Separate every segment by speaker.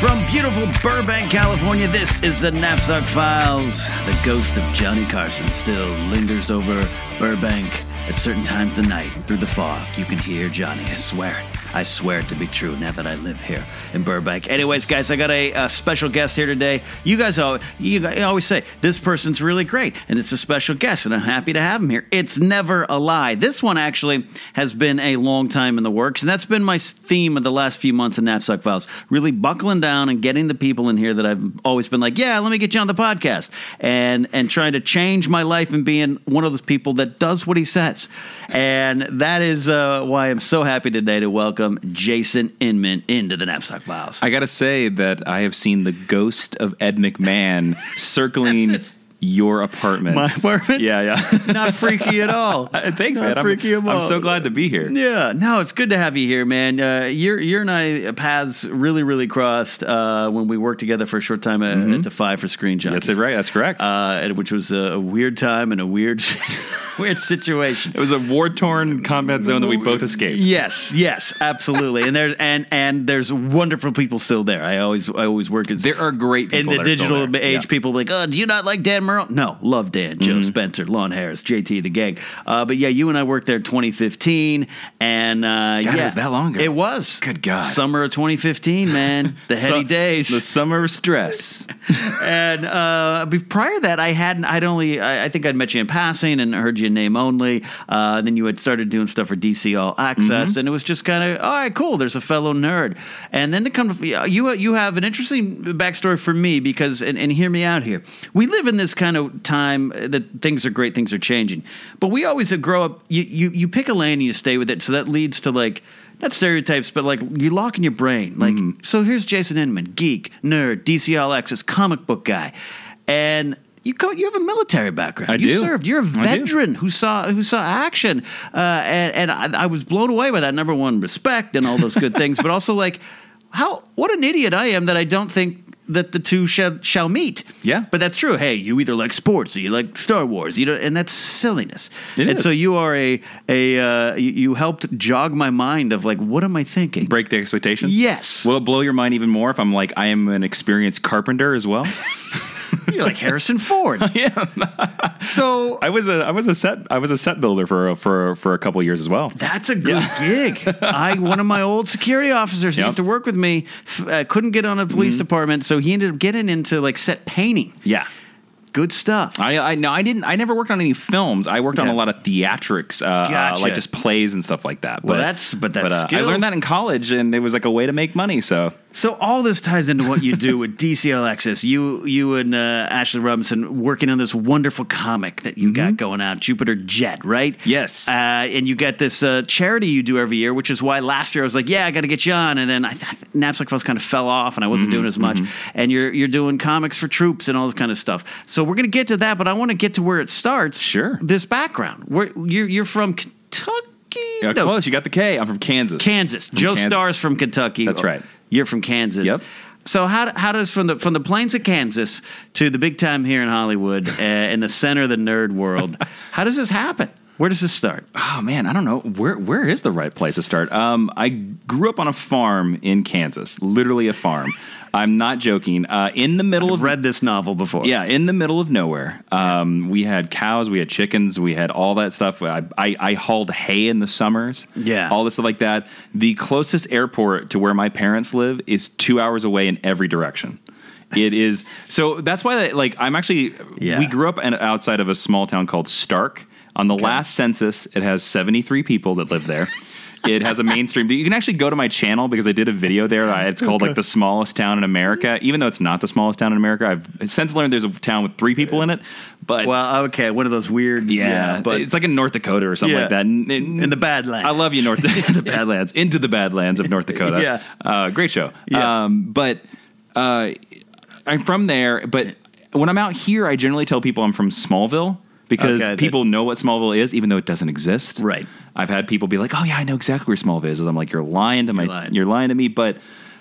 Speaker 1: From beautiful Burbank, California, this is the Knapsack Files. The ghost of Johnny Carson still lingers over Burbank at certain times of night. Through the fog, you can hear Johnny. I swear it. I swear it to be true now that I live here in Burbank. Anyways, guys, I got a, uh special guest here today. You guys, al- you guys always say, this person's really great, and it's a special guest, and I'm happy to have him here. It's never a lie. This one actually has been a long time in the works, and that's been my s- theme of the last few months of Knapsack Files. Really buckling down and getting the people in here that I've always been like, yeah, let me get you on the podcast, and and trying to change my life and being one of those people that does what he says, and that is uh, why I'm so happy today to welcome Jason Inman into the Knapsack Files.
Speaker 2: I gotta say that I have seen the ghost of Ed McMahon circling your apartment.
Speaker 1: My apartment?
Speaker 2: Yeah, yeah.
Speaker 1: Not freaky at all.
Speaker 2: Thanks,
Speaker 1: Not
Speaker 2: man. I'm,
Speaker 1: freaky at all.
Speaker 2: I'm so glad to be here.
Speaker 1: Yeah, no, it's good to have you here, man. Uh, your your and I paths really really crossed uh, when we worked together for a short time at, at Defy for Screen Junkies.
Speaker 2: Mm-hmm. That's it, right? That's correct.
Speaker 1: Uh, and- which was a, a weird time and a weird weird situation.
Speaker 2: it was a war torn combat zone that we both escaped.
Speaker 1: Yes, yes, absolutely. and there's and and there's wonderful people still there. I always I always work as
Speaker 2: There are great people.
Speaker 1: in the
Speaker 2: that are still
Speaker 1: digital
Speaker 2: there.
Speaker 1: age,
Speaker 2: Yeah. Mm-hmm.
Speaker 1: people like, oh, do you not like Dan Merle? No, love Dan, Joe Spencer, Lon Harris, JT the gang. Uh, but yeah, you and I worked there 2015, and uh,
Speaker 2: God, it
Speaker 1: yeah,
Speaker 2: was that long ago.
Speaker 1: It was
Speaker 2: Good God.
Speaker 1: summer of 2015, man, the heady
Speaker 2: Su-
Speaker 1: days.
Speaker 2: The summer of stress.
Speaker 1: and uh, be- prior to that, I hadn't. I'd only. I, I think I'd met you in passing and heard your name only. Uh, and then you had started doing stuff for DC All Access, and it was just kind of all right, cool. There's a fellow nerd, and then to come to you, you have an interesting backstory for me because, and, and hear me out here. We live in this kind of time that things are great, things are changing, but we always uh, grow up. You you you pick a lane and you stay with it, so that leads to like not stereotypes, but like you lock in your brain. Like,
Speaker 2: Mm-hmm.
Speaker 1: so here's Jason Inman, geek, nerd, DCL access, comic book guy, and you go, you have a military background.
Speaker 2: I
Speaker 1: you
Speaker 2: do.
Speaker 1: served. You're a
Speaker 2: I do.
Speaker 1: veteran who saw who saw action, uh, and and I, I was blown away by that. Number one, respect and all those good things, but also like how what an idiot I am that I don't think. That the two shall, shall meet.
Speaker 2: Yeah.
Speaker 1: but that's true. Hey, you either like sports or you like Star Wars. You know, and that's silliness.
Speaker 2: It
Speaker 1: and
Speaker 2: is.
Speaker 1: so you are a a uh, you- you helped jog my mind of like what am I thinking?
Speaker 2: Break the expectations.
Speaker 1: Yes.
Speaker 2: Will it blow your mind even more if I'm like, I am an experienced carpenter as well?
Speaker 1: You're like Harrison Ford.
Speaker 2: yeah.
Speaker 1: so
Speaker 2: I was a I was a set I was a set builder for a, for a- for a couple years as well.
Speaker 1: that's a good gig. I one of my old security officers who
Speaker 2: Yep.
Speaker 1: used to work with me f- uh, couldn't get on a police
Speaker 2: Mm-hmm.
Speaker 1: department, so he ended up getting into like set painting.
Speaker 2: Yeah.
Speaker 1: Good stuff.
Speaker 2: I, I no, I didn't. I never worked on any films. I worked on
Speaker 1: Okay.
Speaker 2: a lot of theatrics, uh, uh,
Speaker 1: Gotcha.
Speaker 2: like just plays and stuff like that. But uh,
Speaker 1: Well, that's- but that's
Speaker 2: I
Speaker 1: skills.
Speaker 2: learned that in college, and it was like a way to make money. So
Speaker 1: So all this ties into what you do with DCL Access. You you and uh, Ashley Robinson working on this wonderful comic that you got going out, Jupiter Jet, right?
Speaker 2: Mm-hmm. Yes.
Speaker 1: Uh, and you got this uh, charity you do every year, which is why last year I was like, yeah, I got to get you on, and then I, I, Knapsack Files kind of fell off, and I
Speaker 2: Mm-hmm,
Speaker 1: wasn't doing as much. And you're you're doing comics for troops and all this kind of stuff. So we're gonna get to that, but I want to get to where it starts.
Speaker 2: Sure.
Speaker 1: This background. Where you're you're from Kentucky?
Speaker 2: yeah,
Speaker 1: No,
Speaker 2: uh, close. You got the K. I'm from Kansas.
Speaker 1: Kansas.
Speaker 2: From
Speaker 1: Joe
Speaker 2: Kansas.
Speaker 1: Starr's from Kentucky.
Speaker 2: That's right.
Speaker 1: You're from Kansas.
Speaker 2: Yep.
Speaker 1: So how how does from the from the plains of Kansas to the big time here in Hollywood, uh, in the center of the nerd world, how does this happen? Where does this start?
Speaker 2: Oh man, I don't know where where is the right place to start. Um, I grew up on a farm in Kansas, literally a farm. I'm not joking. Uh, in the middle
Speaker 1: I've
Speaker 2: of
Speaker 1: read this novel before.
Speaker 2: Yeah, in the middle of nowhere. Um, we had cows, we had chickens, we had all that stuff. I, I, I hauled hay in the summers.
Speaker 1: Yeah.
Speaker 2: All this stuff like that. The closest airport to where my parents live is two hours away in every direction. It is so that's why like I'm actually
Speaker 1: Yeah.
Speaker 2: we grew up and outside of a small town called Stark. On the last census, it has 73 people that live there. It has a mainstream. You can actually go to my channel because I did a video there. I- It's called like the smallest town in America, even though it's not the smallest town in America. I've since learned there's a town with three people in it, but
Speaker 1: Well, okay, one of those weird.
Speaker 2: yeah,
Speaker 1: but
Speaker 2: it's like in North Dakota or something
Speaker 1: Yeah.
Speaker 2: like that. And- and-
Speaker 1: in the Badlands.
Speaker 2: I love you, North the Badlands, into the Badlands of North Dakota.
Speaker 1: Yeah.
Speaker 2: uh, great show.
Speaker 1: Yeah.
Speaker 2: Um, but uh, I'm from there. But when I'm out here, I generally tell people I'm from Smallville because
Speaker 1: Okay, that-
Speaker 2: people know what Smallville is, even though it doesn't exist.
Speaker 1: Right.
Speaker 2: I've had people be like, "Oh yeah, I know exactly where Smallville is." And I'm like, "You're lying to my,
Speaker 1: lying.
Speaker 2: you're lying to me." But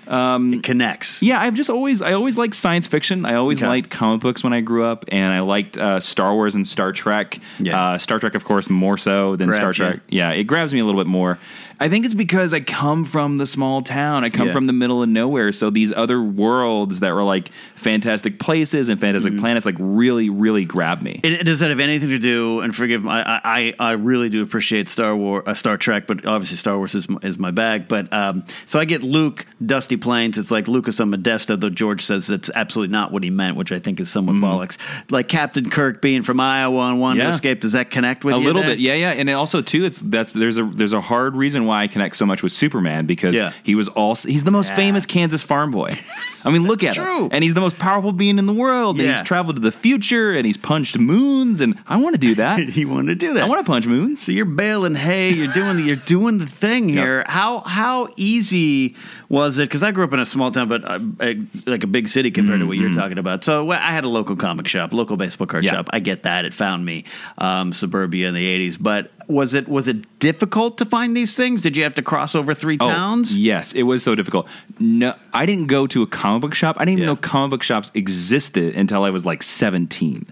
Speaker 1: It connects.
Speaker 2: yeah, I've just always I always liked science fiction. I always
Speaker 1: Okay.
Speaker 2: liked comic books when I grew up, and I liked uh, Star Wars and Star Trek.
Speaker 1: Yeah.
Speaker 2: Uh, Star Trek, of course, more so than Star
Speaker 1: Grabs you.
Speaker 2: Trek. Yeah, it grabs me a little bit more. I think it's because I come from the small town. I come
Speaker 1: Yeah.
Speaker 2: from the middle of nowhere, so these other worlds that were like fantastic places and
Speaker 1: Mm-hmm.
Speaker 2: fantastic planets like really, really grabbed me.
Speaker 1: It, it- does that have anything to do? And forgive me, I, I, I really do appreciate Star War, uh, Star Trek, but obviously Star Wars is, m- is my bag. But um, so I get Luke, Dusty Plains. It's like Lucas on Modesto, though George says that's absolutely not what he meant, which I think is somewhat bollocks. Like Captain Kirk being from Iowa and wanting
Speaker 2: Mm-hmm. Yeah.
Speaker 1: to escape. Does that connect with
Speaker 2: a
Speaker 1: you
Speaker 2: little
Speaker 1: there?
Speaker 2: bit yeah yeah and it also too it's that's there's a there's a hard reason why i connect so much with superman because
Speaker 1: Yeah.
Speaker 2: he was also he's the most
Speaker 1: Yeah.
Speaker 2: famous kansas farm boy i mean look at
Speaker 1: true.
Speaker 2: him and he's the most powerful being in the world and
Speaker 1: Yeah.
Speaker 2: he's traveled to the future and he's punched moons and i want to do that
Speaker 1: He wanted to do that.
Speaker 2: i want to punch moons
Speaker 1: So you're baling hay. You're doing the you're doing the thing here. How how easy was it? Because I grew up in a small town, but uh, uh, like a big city compared to what you're talking about. So well, I had a local comic shop, local baseball card
Speaker 2: Mm-hmm. Yeah.
Speaker 1: shop. I get that. It found me um, suburbia in the '80s. But was it was it difficult to find these things? Did you have to cross over three
Speaker 2: Oh,
Speaker 1: towns?
Speaker 2: yes, it was so difficult. No, I didn't go to a comic book shop. I didn't even
Speaker 1: Yeah.
Speaker 2: know comic book shops existed until I was like seventeen.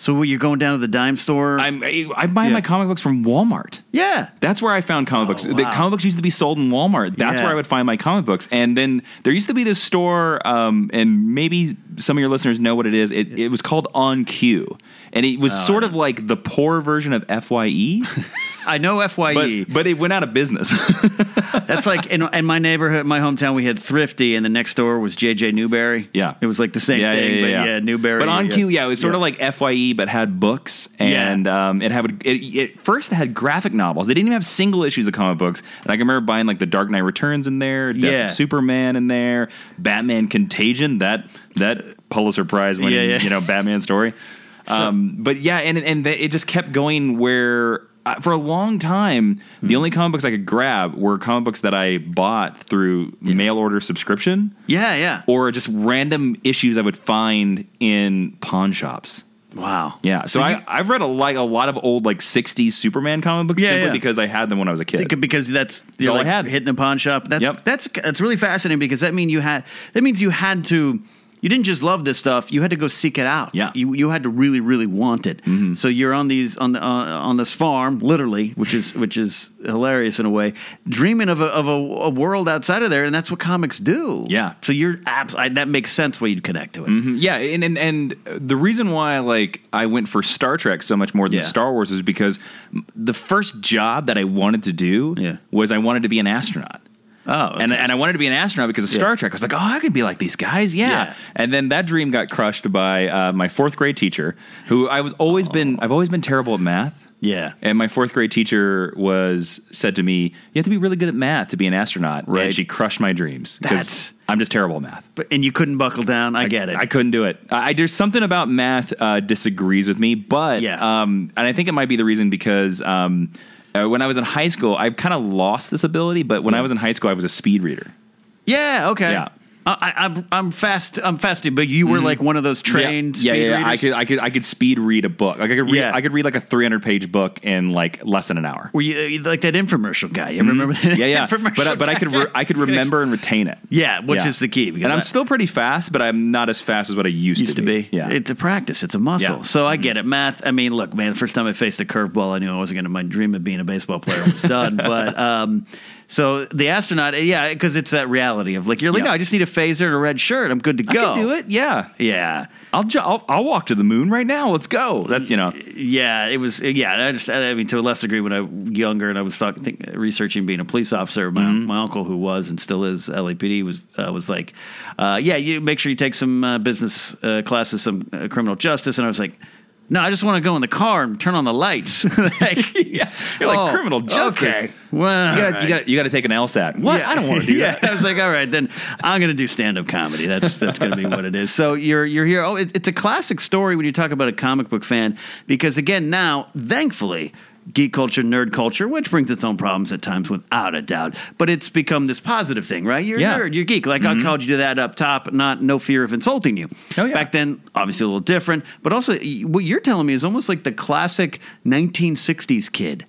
Speaker 1: So were you going down to the dime store?
Speaker 2: I'm, I, I buy
Speaker 1: Yeah.
Speaker 2: my comic books from Walmart.
Speaker 1: yeah.
Speaker 2: That's where I found comic books. The
Speaker 1: Oh, wow.
Speaker 2: comic books used to be sold in Walmart. That's
Speaker 1: Yeah.
Speaker 2: where I would find my comic books. And then there used to be this store, um, and maybe some of your listeners know what it is. It, it was called On Cue, and it
Speaker 1: Oh,
Speaker 2: was sort of like the poor version of Fye,
Speaker 1: I know E. Fye.
Speaker 2: but but it went out of business.
Speaker 1: That's like in, in my neighborhood, my hometown, we had Thrifty, and the next door was JJ Newberry.
Speaker 2: yeah,
Speaker 1: it was like the same thing, but yeah, Newberry.
Speaker 2: But On Cue, yeah, it was sort of like Fye, but had books,
Speaker 1: Yeah.
Speaker 2: and um, it had it, it first it had graphic novels. They didn't even have single issues of comic books. And I can remember buying like the Dark Knight Returns in there, Death
Speaker 1: Yeah.
Speaker 2: of Superman in there, Batman Contagion. That that Pulitzer Prize winning,
Speaker 1: Yeah, yeah.
Speaker 2: you know, Batman story. Um, but yeah, and and the, it just kept going where. uh, For a long time, the
Speaker 1: Hmm.
Speaker 2: only comic books I could grab were comic books that I bought through mail order subscription
Speaker 1: yeah, yeah.
Speaker 2: or just random issues I would find in pawn shops.
Speaker 1: wow.
Speaker 2: Yeah, so, I,
Speaker 1: you-
Speaker 2: I've read a like a lot of old like '60s Superman comic books
Speaker 1: Yeah,
Speaker 2: simply
Speaker 1: yeah.
Speaker 2: because I had them when I was a kid.
Speaker 1: Think- because that's you're
Speaker 2: all I
Speaker 1: like
Speaker 2: had.
Speaker 1: hitting a pawn shop. That's
Speaker 2: Yep.
Speaker 1: that's that's really fascinating because that mean you had that means you had to you didn't just love this stuff. You had to go seek it out.
Speaker 2: Yeah. Mm-hmm.
Speaker 1: you you had to really really want it. So you're on these on the uh, on this farm, literally, which is which is hilarious in a way, dreaming of a of a, a world outside of there, and that's what comics do.
Speaker 2: Yeah.
Speaker 1: So you're abs- I, that makes sense why you'd connect to it.
Speaker 2: Mm-hmm. yeah, and, and and the reason why like I went for Star Trek so much more than
Speaker 1: Yeah.
Speaker 2: Star Wars is because the first job that I wanted to do
Speaker 1: Yeah.
Speaker 2: was I wanted to be an astronaut.
Speaker 1: Oh, okay.
Speaker 2: Mm-hmm. and and I wanted to be an astronaut because of Star Trek. I was like, oh, I could be like these guys, yeah.
Speaker 1: Yeah.
Speaker 2: And then that dream got crushed by uh, my fourth grade teacher, who I was always been I've always been terrible at math.
Speaker 1: Yeah.
Speaker 2: And my fourth grade teacher was said to me, "You have to be really good at math to be an astronaut."
Speaker 1: Right.
Speaker 2: And she crushed my dreams
Speaker 1: That's-
Speaker 2: I'm just terrible at math.
Speaker 1: But, and you couldn't buckle down. I, get it.
Speaker 2: I couldn't do it. I, I- there's something about math uh, disagrees with me, but
Speaker 1: Yeah.
Speaker 2: um, and I think it might be the reason because um, uh, when I was in high school, I've kind of lost this ability. But when I was in high school, I was a speed reader.
Speaker 1: yeah. Okay.
Speaker 2: Yeah. Mm-hmm.
Speaker 1: I, I, I'm I'm fast. I'm fasting, but you were like one of those trained.
Speaker 2: yeah,
Speaker 1: speed
Speaker 2: yeah, yeah. I
Speaker 1: readers?
Speaker 2: could, I could, I could speed read a book. Like I could, read,
Speaker 1: Yeah.
Speaker 2: I could read like a 300 page book in like less than an hour.
Speaker 1: Were you uh, like that infomercial guy? You remember that?
Speaker 2: Mm-hmm. Yeah, yeah.
Speaker 1: infomercial
Speaker 2: but I, but I could, re- I could remember and retain it.
Speaker 1: Yeah, which
Speaker 2: Yeah.
Speaker 1: is the key. Because
Speaker 2: and I'm
Speaker 1: I-
Speaker 2: still pretty fast, but I'm not as fast as what I used,
Speaker 1: used to be.
Speaker 2: Yeah,
Speaker 1: It's a practice. It's a muscle.
Speaker 2: Yeah. Mm-hmm.
Speaker 1: So I get it. Math. I mean, look, man. First time I faced a curveball, I knew I wasn't going to. My dream of being a baseball player was done. but um, so the astronaut, yeah, because it's that reality of like you're like,
Speaker 2: Yeah.
Speaker 1: no, I just need a phaser and a red shirt. I'm good to
Speaker 2: I
Speaker 1: go.
Speaker 2: can do it. Yeah,
Speaker 1: Yeah.
Speaker 2: I'll, ju- I'll I'll walk to the moon right now. Let's go. That's you know.
Speaker 1: Yeah, it was. Yeah, I understand. I mean, to a lesser degree, when I was younger and I was talking, think, researching being a police officer, my,
Speaker 2: Mm-hmm.
Speaker 1: my uncle who was and still is LAPD was uh, was like, uh, yeah, you make sure you take some uh, business uh, classes, some uh, criminal justice, and I was like. No, I just want to go in the car and turn on the lights. like,
Speaker 2: Yeah, you're like
Speaker 1: oh,
Speaker 2: criminal justice.
Speaker 1: Okay. Well,
Speaker 2: You
Speaker 1: all
Speaker 2: gotta,
Speaker 1: right.
Speaker 2: you, gotta, you gotta take an LSAT. What? I don't want to do
Speaker 1: yeah.
Speaker 2: that.
Speaker 1: I was like, all right, then I'm going to do stand up comedy. That's that's going to be what it is. So you're you're here. Oh, it, it's a classic story when you talk about a comic book fan because again, now thankfully. Geek culture, nerd culture, which brings its own problems at times, without a doubt. But it's become this positive thing, right? You're
Speaker 2: Yeah. Mm-hmm.
Speaker 1: a nerd, you're geek. Like I called you to that up top, not no fear of insulting you.
Speaker 2: Oh, yeah.
Speaker 1: Back then, obviously a little different. But also, y- what you're telling me is almost like the classic 1960s kid.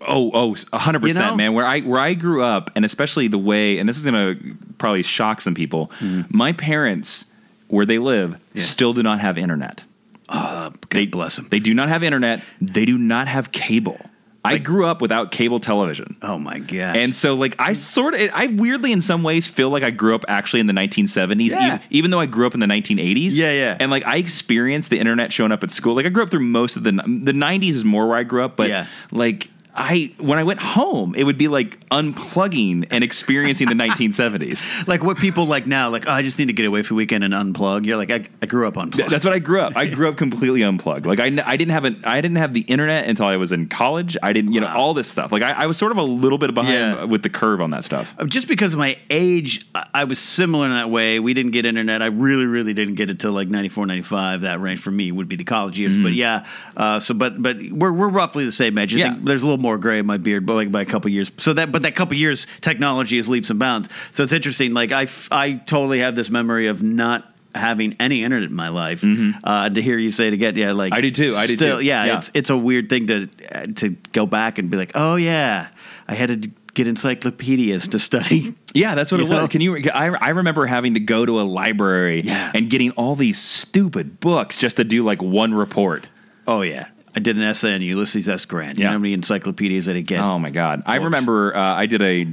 Speaker 2: Oh, oh, hundred
Speaker 1: You know?
Speaker 2: percent, man. Where I where I grew up, and especially the way, and this is gonna probably shock some people.
Speaker 1: Mm-hmm.
Speaker 2: My parents, where they live, still do not have internet. Uh,
Speaker 1: God bless him.
Speaker 2: They do not have internet. They do not have cable. I grew up without cable television.
Speaker 1: Oh my gosh.
Speaker 2: And so, like, I sort of, I weirdly, in some ways, feel like I grew up actually in the 1970s,
Speaker 1: Yeah.
Speaker 2: even, even though I grew up in the 1980s.
Speaker 1: Yeah, yeah.
Speaker 2: And like, I experienced the internet showing up at school. Like, I grew up through most of the the 90s is more where I grew up, but
Speaker 1: Yeah.
Speaker 2: like. I when I went home, it would be like unplugging and experiencing the 1970s.
Speaker 1: like what people like now, like, oh, I just need to get away for a weekend and unplug. You're like, I, I grew up unplugged.
Speaker 2: Th- That's what I grew up. I grew up completely unplugged. Like I, n- I didn't have an, I didn't have the internet until I was in college. I didn't, you know, all this stuff. Like I, I was sort of a little bit behind
Speaker 1: Yeah.
Speaker 2: with the curve on that stuff.
Speaker 1: Uh, Just because of my age, I- I was similar in that way. We didn't get internet. I really, really didn't get it till like 94, 95. That range for me would be the college years. But yeah, uh, so but but we're we're roughly the same age. I
Speaker 2: Mm. Yeah.
Speaker 1: think there's a little more gray in my beard, but like by a couple years. So that but that couple years, technology is leaps and bounds. So it's interesting. Like I f- I totally have this memory of not having any internet in my life.
Speaker 2: Mm-hmm.
Speaker 1: Uh, to hear you say to get yeah, like
Speaker 2: I do too. I do
Speaker 1: still,
Speaker 2: too.
Speaker 1: Yeah,
Speaker 2: Yeah.
Speaker 1: it's it's a weird thing to uh, to go back and be like, oh yeah, I had to d- get encyclopedias to study.
Speaker 2: Yeah, that's what
Speaker 1: You
Speaker 2: it was.
Speaker 1: know?
Speaker 2: Can you? I, I remember having to go to a library
Speaker 1: Yeah.
Speaker 2: and getting all these stupid books just to do like one report.
Speaker 1: Oh yeah, I did an essay on Ulysses S. Grant. You
Speaker 2: Yeah.
Speaker 1: know how many encyclopedias I did get?
Speaker 2: Oh my god! I
Speaker 1: Books.
Speaker 2: remember uh, I did a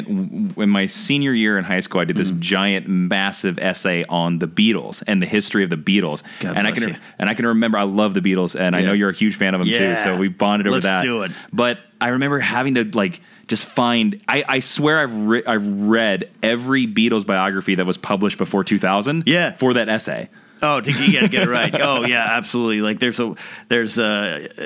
Speaker 2: giant in my senior year in high school. I did
Speaker 1: Hmm.
Speaker 2: this giant, massive essay on the Beatles and the history of the Beatles.
Speaker 1: God
Speaker 2: and I
Speaker 1: bless
Speaker 2: can
Speaker 1: you.
Speaker 2: and I can remember. I love the Beatles, and I
Speaker 1: Yeah.
Speaker 2: know you're a huge fan of them
Speaker 1: Yeah.
Speaker 2: too. So we bonded over
Speaker 1: Let's
Speaker 2: that.
Speaker 1: do it.
Speaker 2: But I remember having to like just find. I, I swear I've re- I've read every Beatles biography that was published before 2000.
Speaker 1: Yeah.
Speaker 2: for that essay.
Speaker 1: Oh, to, you gotta get it right. Oh yeah, absolutely. Like there's a there's uh, uh,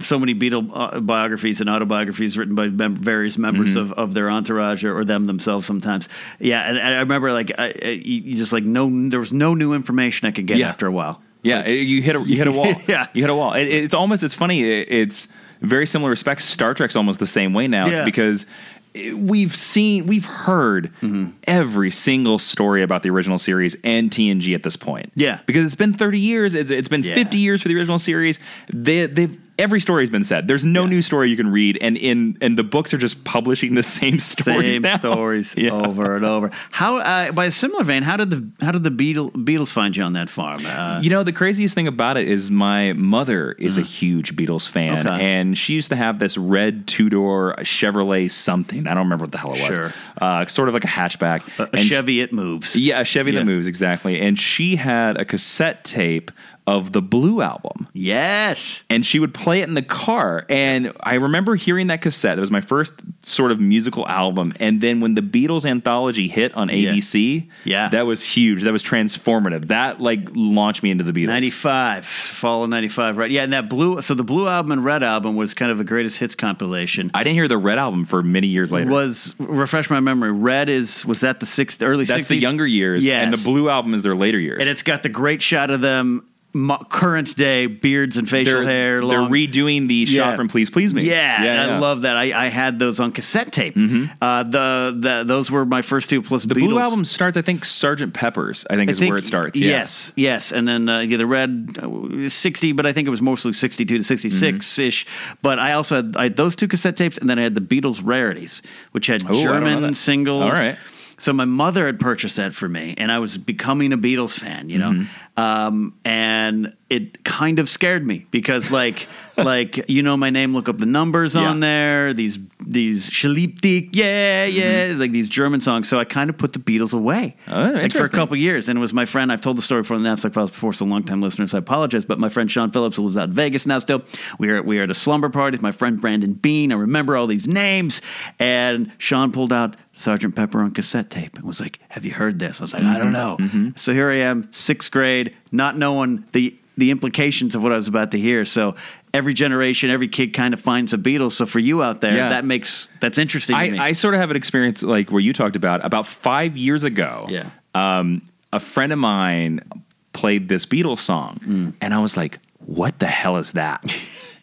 Speaker 1: so many Beatle uh, biographies and autobiographies written by mem- various members of,
Speaker 2: Mm-hmm.
Speaker 1: of their entourage or, or them themselves sometimes. Yeah, and, and I remember like I, I, you you just like no there was no new information I could get
Speaker 2: Yeah.
Speaker 1: after a while.
Speaker 2: Yeah, it- you hit a you hit a wall.
Speaker 1: Yeah.
Speaker 2: you hit a wall. It, it's almost it's funny. It, it's very similar respects. Star Trek's almost the same way now
Speaker 1: Yeah.
Speaker 2: because it- we've seen we've heard
Speaker 1: Mm-hmm.
Speaker 2: every single story about the original series and TNG at this point.
Speaker 1: Yeah.
Speaker 2: because it's been thirty years. It's, it's been
Speaker 1: Yeah.
Speaker 2: fifty years for the original series. They they've. Every story's been said. There's no new story you can read, and in and the books are just publishing the same stories.
Speaker 1: Same
Speaker 2: now.
Speaker 1: stories
Speaker 2: Yeah.
Speaker 1: over and over. How uh, by a similar vein? How did the how did the Beatle, Beatles find you on that farm? Uh,
Speaker 2: You know, the craziest thing about it is my mother is a huge Beatles fan,
Speaker 1: Mm. Okay.
Speaker 2: and she used to have this red two door Chevrolet something. I don't remember what the hell it was.
Speaker 1: Sure.
Speaker 2: Uh, sort of like a hatchback.
Speaker 1: a
Speaker 2: And she-
Speaker 1: Chevy, it moves.
Speaker 2: yeah, a Chevy
Speaker 1: Yeah.
Speaker 2: that moves, exactly. And she had a cassette tape of the Blue album.
Speaker 1: Yes.
Speaker 2: And she would play it in the car. And I remember hearing that cassette. That was my first sort of musical album. And then when the Beatles anthology hit on
Speaker 1: Yeah.
Speaker 2: ABC,
Speaker 1: Yeah.
Speaker 2: that was huge. That was transformative. That like launched me into the Beatles.
Speaker 1: 95 fall of 95 right yeah and that blue so the blue album and red album was kind of a greatest hits compilation
Speaker 2: I didn't hear the Red album for many years later.
Speaker 1: was refresh my memory red is was that the sixth early
Speaker 2: That's
Speaker 1: 60s
Speaker 2: the younger years,
Speaker 1: Yes.
Speaker 2: and the Blue album is their later years.
Speaker 1: and it's got the great shot of them mo- current day beards and facial
Speaker 2: they're,
Speaker 1: hair
Speaker 2: they're
Speaker 1: long,
Speaker 2: redoing the
Speaker 1: Yeah.
Speaker 2: shot from Please Please Me.
Speaker 1: Yeah, and I
Speaker 2: yeah. Mm-hmm.
Speaker 1: love that. I, I had those on cassette tape. Uh, the, the those were my first two plus
Speaker 2: the
Speaker 1: Beatles.
Speaker 2: Blue album starts. I think Sergeant Pepper's. I think
Speaker 1: I
Speaker 2: is where it starts. Yeah.
Speaker 1: Yes, yes, and then uh, yeah, the red uh, sixty, but I think it was mostly sixty-two to sixty-six ish.
Speaker 2: Mm-hmm.
Speaker 1: But I also had, I had those two cassette tapes, and then I had the Beatles rarities, which had
Speaker 2: I don't know
Speaker 1: German
Speaker 2: that.
Speaker 1: singles.
Speaker 2: All right.
Speaker 1: So my mother had purchased that for me, and I was becoming a Beatles fan, you know,
Speaker 2: Mm-hmm.
Speaker 1: um, and it kind of scared me because, like, like you know, my name. Look up the numbers
Speaker 2: Yeah.
Speaker 1: on there. These these Schliptik, yeah, yeah, like these German songs. So I kind of put the Beatles away,
Speaker 2: Mm-hmm. Oh,
Speaker 1: like for a
Speaker 2: interesting.
Speaker 1: couple couple years, and it was my friend. I've told the story before in the Knapsack Files before, so long-time listeners, I apologize. But my friend Sean Phillips, who lives out in Vegas now, still, we are we are at a slumber party with my friend Brandon Bean. I remember all these names, and Sean pulled out Sergeant Pepper on cassette tape and was
Speaker 2: Mm-hmm.
Speaker 1: like, "Have you heard this?" I was like, "I don't know." So here I am, sixth grade, not knowing the the implications of what I was about to hear. So every generation, every kid kind of finds a Beatles. So for you out there,
Speaker 2: Yeah.
Speaker 1: that makes that's interesting. to me.
Speaker 2: I, I sort of have an experience like where you talked about about five years ago.
Speaker 1: Yeah.
Speaker 2: Um, a friend of mine played this Beatles song,
Speaker 1: Mm.
Speaker 2: and I was like, "What the hell is that?"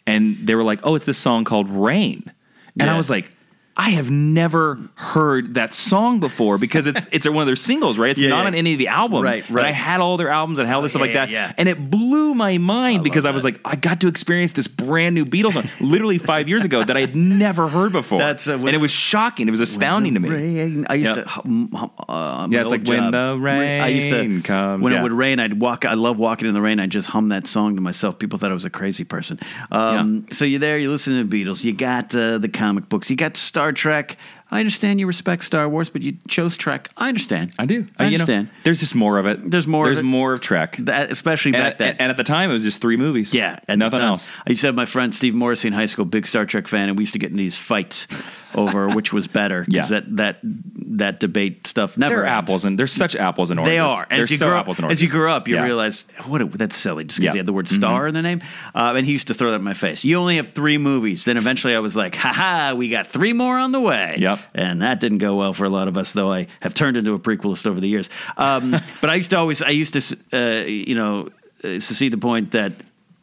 Speaker 2: and they were like, "Oh, it's this song called Rain," and
Speaker 1: Yeah.
Speaker 2: I was like. I have never heard that song before because it's it's one of their singles, right? It's
Speaker 1: Yeah,
Speaker 2: not
Speaker 1: yeah.
Speaker 2: on any of the albums.
Speaker 1: Right,
Speaker 2: But I
Speaker 1: right.
Speaker 2: had all their albums and had all this
Speaker 1: Oh,
Speaker 2: stuff
Speaker 1: yeah,
Speaker 2: like that.
Speaker 1: yeah, yeah.
Speaker 2: And it blew my mind because I was like, I got to experience this brand new Beatles song literally five years ago that I had never heard before
Speaker 1: That's, uh,
Speaker 2: and it was shocking. It was astounding to me.
Speaker 1: Rain. I used
Speaker 2: Yep.
Speaker 1: to. hum- hum- Uh,
Speaker 2: Yeah, it's
Speaker 1: my
Speaker 2: like
Speaker 1: old
Speaker 2: when
Speaker 1: job.
Speaker 2: the
Speaker 1: When- I used
Speaker 2: rain
Speaker 1: to
Speaker 2: comes,
Speaker 1: when
Speaker 2: yeah.
Speaker 1: it would rain. I'd walk. I love walking in the rain. I would just hum that song to myself. People thought I was a crazy person. Um, So you're there. You're listening to Beatles. You got uh, the comic books. You got Star Trek. I understand you respect Star Wars, but you chose Trek. I understand.
Speaker 2: I do.
Speaker 1: I
Speaker 2: Uh, you know,
Speaker 1: understand.
Speaker 2: there's just more of it.
Speaker 1: There's more of
Speaker 2: There's
Speaker 1: it.
Speaker 2: more of Trek.
Speaker 1: that, especially
Speaker 2: and,
Speaker 1: back
Speaker 2: at,
Speaker 1: then.
Speaker 2: and at the time, it was just three movies.
Speaker 1: Yeah, at the
Speaker 2: nothing
Speaker 1: time.
Speaker 2: else.
Speaker 1: I used to have my friend Steve Morrissey in high school, big Star Trek fan, and we used to get in these fights over which was better. 'cause
Speaker 2: Yeah.
Speaker 1: that that that debate stuff never
Speaker 2: They're
Speaker 1: ends.
Speaker 2: apples and they're such apples and oranges.
Speaker 1: They are. And
Speaker 2: They're
Speaker 1: as you,
Speaker 2: so
Speaker 1: grow,
Speaker 2: apples and
Speaker 1: as
Speaker 2: oranges.
Speaker 1: you grew up, you
Speaker 2: Yeah.
Speaker 1: realize what a, that's silly just because
Speaker 2: Yeah. Mm-hmm.
Speaker 1: he had the word star in the name. Uh, and he used to throw that in my face. You only have three movies. Then eventually I was like, ha ha, we got three more on the way.
Speaker 2: Yep.
Speaker 1: And that didn't go well for a lot of us, though I have turned into a prequelist over the years. Um, but I used to always, I used to, uh, you know, uh, secede the point that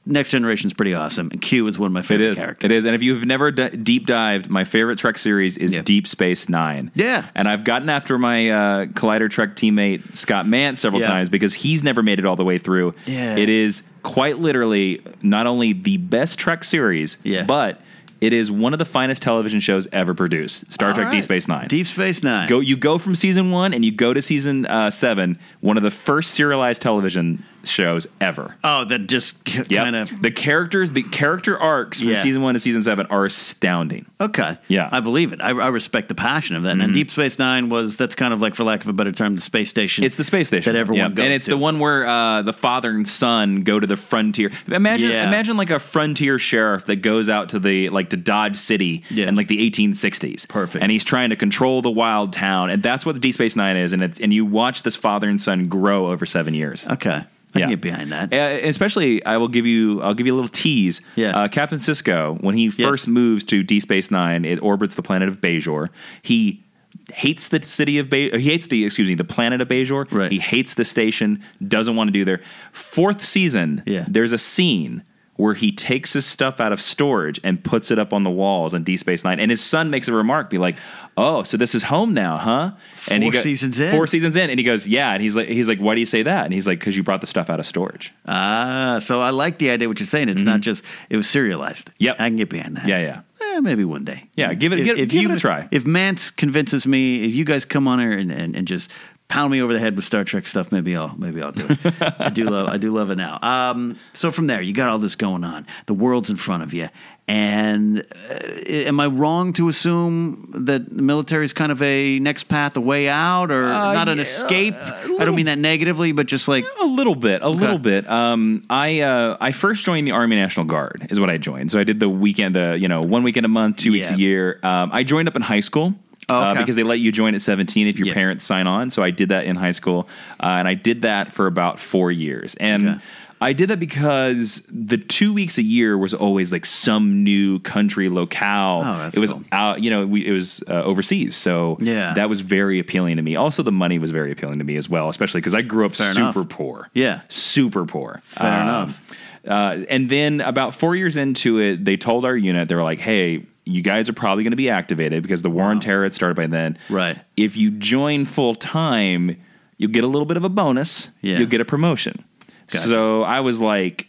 Speaker 1: Next Generation is pretty awesome. And Q is one of my
Speaker 2: It
Speaker 1: favorite
Speaker 2: is.
Speaker 1: characters.
Speaker 2: It is. And if you've never d- deep dived, my favorite Trek series is
Speaker 1: Yeah.
Speaker 2: Deep Space Nine.
Speaker 1: Yeah.
Speaker 2: And I've gotten after my uh, Collider Trek teammate Scott Mant several
Speaker 1: Yeah.
Speaker 2: times because he's never made it all the way through.
Speaker 1: Yeah.
Speaker 2: It is quite literally not only the best Trek series,
Speaker 1: Yeah.
Speaker 2: but it is one of the finest television shows ever produced. Star
Speaker 1: All
Speaker 2: Trek Deep
Speaker 1: right.
Speaker 2: Space Nine.
Speaker 1: Deep Space Nine.
Speaker 2: Go, you go from season one and you go to season uh, seven, one of the first serialized television shows ever.
Speaker 1: Oh, that just
Speaker 2: Yeah,
Speaker 1: kind of.
Speaker 2: the characters, the character arcs from
Speaker 1: Yeah.
Speaker 2: season one to season seven are astounding.
Speaker 1: Okay.
Speaker 2: Yeah. Mm-hmm.
Speaker 1: I believe it. I, I respect the passion of that. And Deep Space Nine was that's kind of like, for lack of a better term, the space station.
Speaker 2: It's the space station
Speaker 1: that everyone
Speaker 2: Yeah.
Speaker 1: goes
Speaker 2: and it's
Speaker 1: to.
Speaker 2: the one where uh, the father and son go to the frontier. Imagine,
Speaker 1: Yeah.
Speaker 2: imagine like a frontier sheriff that goes out to the like to Dodge City
Speaker 1: Yeah.
Speaker 2: in like the 1860s.
Speaker 1: Perfect.
Speaker 2: and he's trying to control the wild town, and that's what the Deep Space Nine is. And it, and you watch this father and son grow over seven years.
Speaker 1: Okay. I can get behind that.
Speaker 2: Uh, especially, I will give you. I'll give you a little tease.
Speaker 1: Yeah.
Speaker 2: Uh, Captain Cisco, when he first moves to D Space Nine, it orbits the planet of Bejor. He hates the city of Bejor. He hates the excuse me, the planet of Bejor.
Speaker 1: Right.
Speaker 2: He hates the station. Doesn't want to do there. Fourth season.
Speaker 1: Yeah.
Speaker 2: There's a scene. Where he takes his stuff out of storage and puts it up on the walls on D Space Nine, and his son makes a remark, be like, "Oh, so this is home now, huh?" and
Speaker 1: Four seasons in.
Speaker 2: four seasons in, and he goes, "Yeah," and he's like, "He's like, why do you say that?" And he's like, "Because you brought the stuff out of storage."
Speaker 1: Ah, so I like the idea what you're saying. It's not just it was serialized.
Speaker 2: Mm-hmm. Yep.
Speaker 1: I can get behind that.
Speaker 2: Yeah, yeah.
Speaker 1: Eh, maybe one day.
Speaker 2: Yeah, give it- give- give it a try.
Speaker 1: If Mance convinces me, if you guys come on here and, and, and just pound me over the head with Star Trek stuff, maybe I'll maybe I'll do it. I do love I do love it now. Um, so from there, you got all this going on. The world's in front of you, and uh, am I wrong to assume that the military is kind of a next path, a way out, or not an
Speaker 2: yeah,
Speaker 1: escape? I don't mean that negatively, but just like
Speaker 2: A little bit, a little bit. Um, I uh, I first joined the Army National Guard is what I joined. So I did the weekend, the you know one weekend a month, two weeks
Speaker 1: Yeah.
Speaker 2: a year. Um, I joined up in high school.
Speaker 1: Oh,
Speaker 2: Uh,
Speaker 1: okay.
Speaker 2: because they let you join at 17 if your
Speaker 1: Yeah.
Speaker 2: parents sign on. So I did that in high school. Uh, and I did that for about four years. And
Speaker 1: Okay.
Speaker 2: I did that because the two weeks a year was always like some new country locale.
Speaker 1: Oh, that's
Speaker 2: it was
Speaker 1: cool.
Speaker 2: out, you know, we, it was uh, overseas. So
Speaker 1: Yeah.
Speaker 2: that was very appealing to me. Also, the money was very appealing to me as well, especially because I grew up
Speaker 1: Fair
Speaker 2: super
Speaker 1: enough.
Speaker 2: poor.
Speaker 1: Yeah.
Speaker 2: Super poor. Um,
Speaker 1: Fair enough.
Speaker 2: Uh, and then about four years into it, they told our unit, they were like, hey, you guys are probably going to be activated because the war on terror had started by then.
Speaker 1: Right.
Speaker 2: If you join full time, you'll get a little bit of a bonus.
Speaker 1: Yeah.
Speaker 2: You'll get a promotion.
Speaker 1: Gotcha.
Speaker 2: So I was like,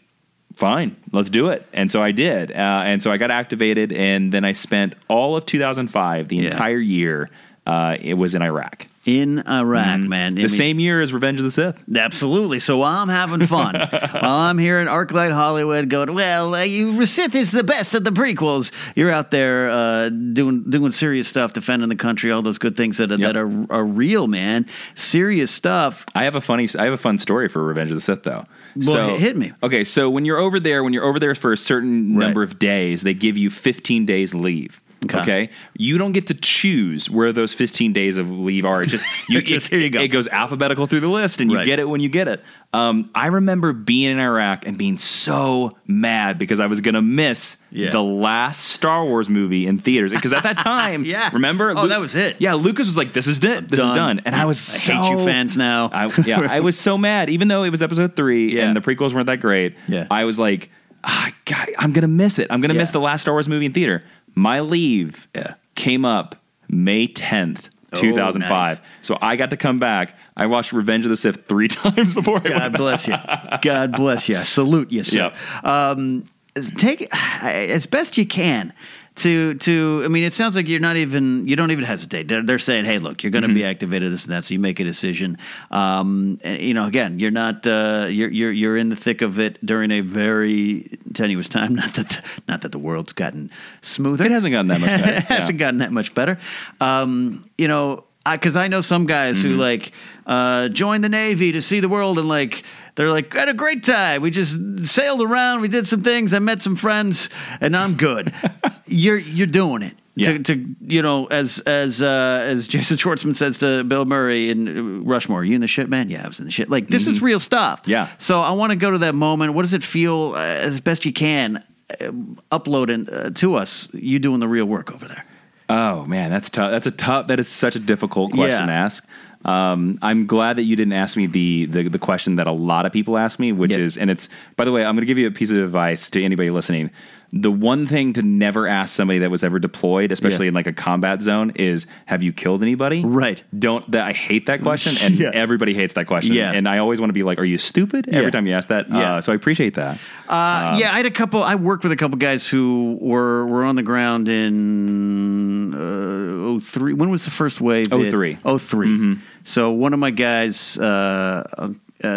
Speaker 2: fine, let's do it. And so I did. Uh, and so I got activated, and then I spent all of 2005, the
Speaker 1: Yeah.
Speaker 2: entire year, uh, it was in Iraq.
Speaker 1: in Iraq, man. I
Speaker 2: mm-hmm. The
Speaker 1: mean-
Speaker 2: same year as Revenge of the Sith.
Speaker 1: Absolutely. So while I'm having fun, while I'm here in ArcLight Hollywood, going, well, uh, you Sith is the best of the prequels. You're out there uh, doing doing serious stuff, defending the country, all those good things that are,
Speaker 2: Yep.
Speaker 1: that are are real, man. Serious stuff.
Speaker 2: I have a funny. I have a fun story for Revenge of the Sith, though.
Speaker 1: Well, hit- hit me.
Speaker 2: Okay, so when you're over there, when you're over there for a certain
Speaker 1: Right.
Speaker 2: number of days, they give you 15 days leave. Okay. You don't get to choose where those 15 days of leave are. It just, you,
Speaker 1: Just,
Speaker 2: it,
Speaker 1: here you go.
Speaker 2: it goes alphabetical through the list and you
Speaker 1: Right.
Speaker 2: get it when you get it. Um, I remember being in Iraq and being so mad because I was going to miss
Speaker 1: Yeah.
Speaker 2: the last Star Wars movie in theaters. Because at that time,
Speaker 1: Yeah.
Speaker 2: remember?
Speaker 1: Oh, that was it.
Speaker 2: Yeah, Lucas was like, this is it. This is
Speaker 1: Done.
Speaker 2: done. And I was
Speaker 1: I hate you
Speaker 2: so-
Speaker 1: fans now.
Speaker 2: I, yeah, I was so mad, even though it was episode three
Speaker 1: Yeah.
Speaker 2: and the prequels weren't that great.
Speaker 1: Yeah.
Speaker 2: I was like, ah, God, I'm gonna miss it. I'm gonna miss
Speaker 1: Yeah.
Speaker 2: the last Star Wars movie in theater. My leave
Speaker 1: Yeah.
Speaker 2: came up May 10th,
Speaker 1: Oh,
Speaker 2: 2005.
Speaker 1: nice.
Speaker 2: So I got to come back. I watched Revenge of the Sith three times before I
Speaker 1: God
Speaker 2: went.
Speaker 1: bless you. God bless you. Salute you, sir. Um, take as best you can to to. I mean, it sounds like you're not even you don't even hesitate. They're, they're saying, "Hey, look, you're going to
Speaker 2: Mm-hmm.
Speaker 1: be activated, this and that." So you make a decision. Um, and, you know, again, you're not uh, you're you're you're in the thick of it during a very tenuous time. Not that the, not that the world's gotten smoother.
Speaker 2: It hasn't gotten that much better.
Speaker 1: It hasn't gotten that much better. Um, you know, because I, know some guys who like uh, joined the Navy to see the world and like they're like had a great time. We just sailed around. We did some things. I met some friends, and I'm good. you're you're doing it.
Speaker 2: Yeah.
Speaker 1: To, to you know, as as uh, as Jason Schwartzman says to Bill Murray in uh, Rushmore, you in the shit, man? Yeah, I was in the shit. Like this is real stuff.
Speaker 2: Yeah.
Speaker 1: So I want to go to that moment. What does it feel uh, as best you can? Uh, upload and uh, to us. You doing the real work over there?
Speaker 2: Oh man, that's tough. That's a tough. That is such a difficult question
Speaker 1: Yeah.
Speaker 2: to ask. Um, I'm glad that you didn't ask me the, the the question that a lot of people ask me, which
Speaker 1: Yeah.
Speaker 2: is, and it's by the way, I'm going to give you a piece of advice to anybody listening. The one thing to never ask somebody that was ever deployed, especially
Speaker 1: Yeah.
Speaker 2: in like a combat zone, is have you killed anybody?
Speaker 1: Right.
Speaker 2: Don't. That I hate that question, and
Speaker 1: Yeah.
Speaker 2: everybody hates that question.
Speaker 1: Yeah.
Speaker 2: And I always want to be like, are you stupid? Every
Speaker 1: Yeah.
Speaker 2: time you ask that.
Speaker 1: Yeah.
Speaker 2: Uh, so I appreciate that.
Speaker 1: Uh, yeah, I had a couple. I worked with a couple guys who were were on the ground in uh, 03. When was the first wave? hit?
Speaker 2: 03.
Speaker 1: 03. So one of my guys uh, uh,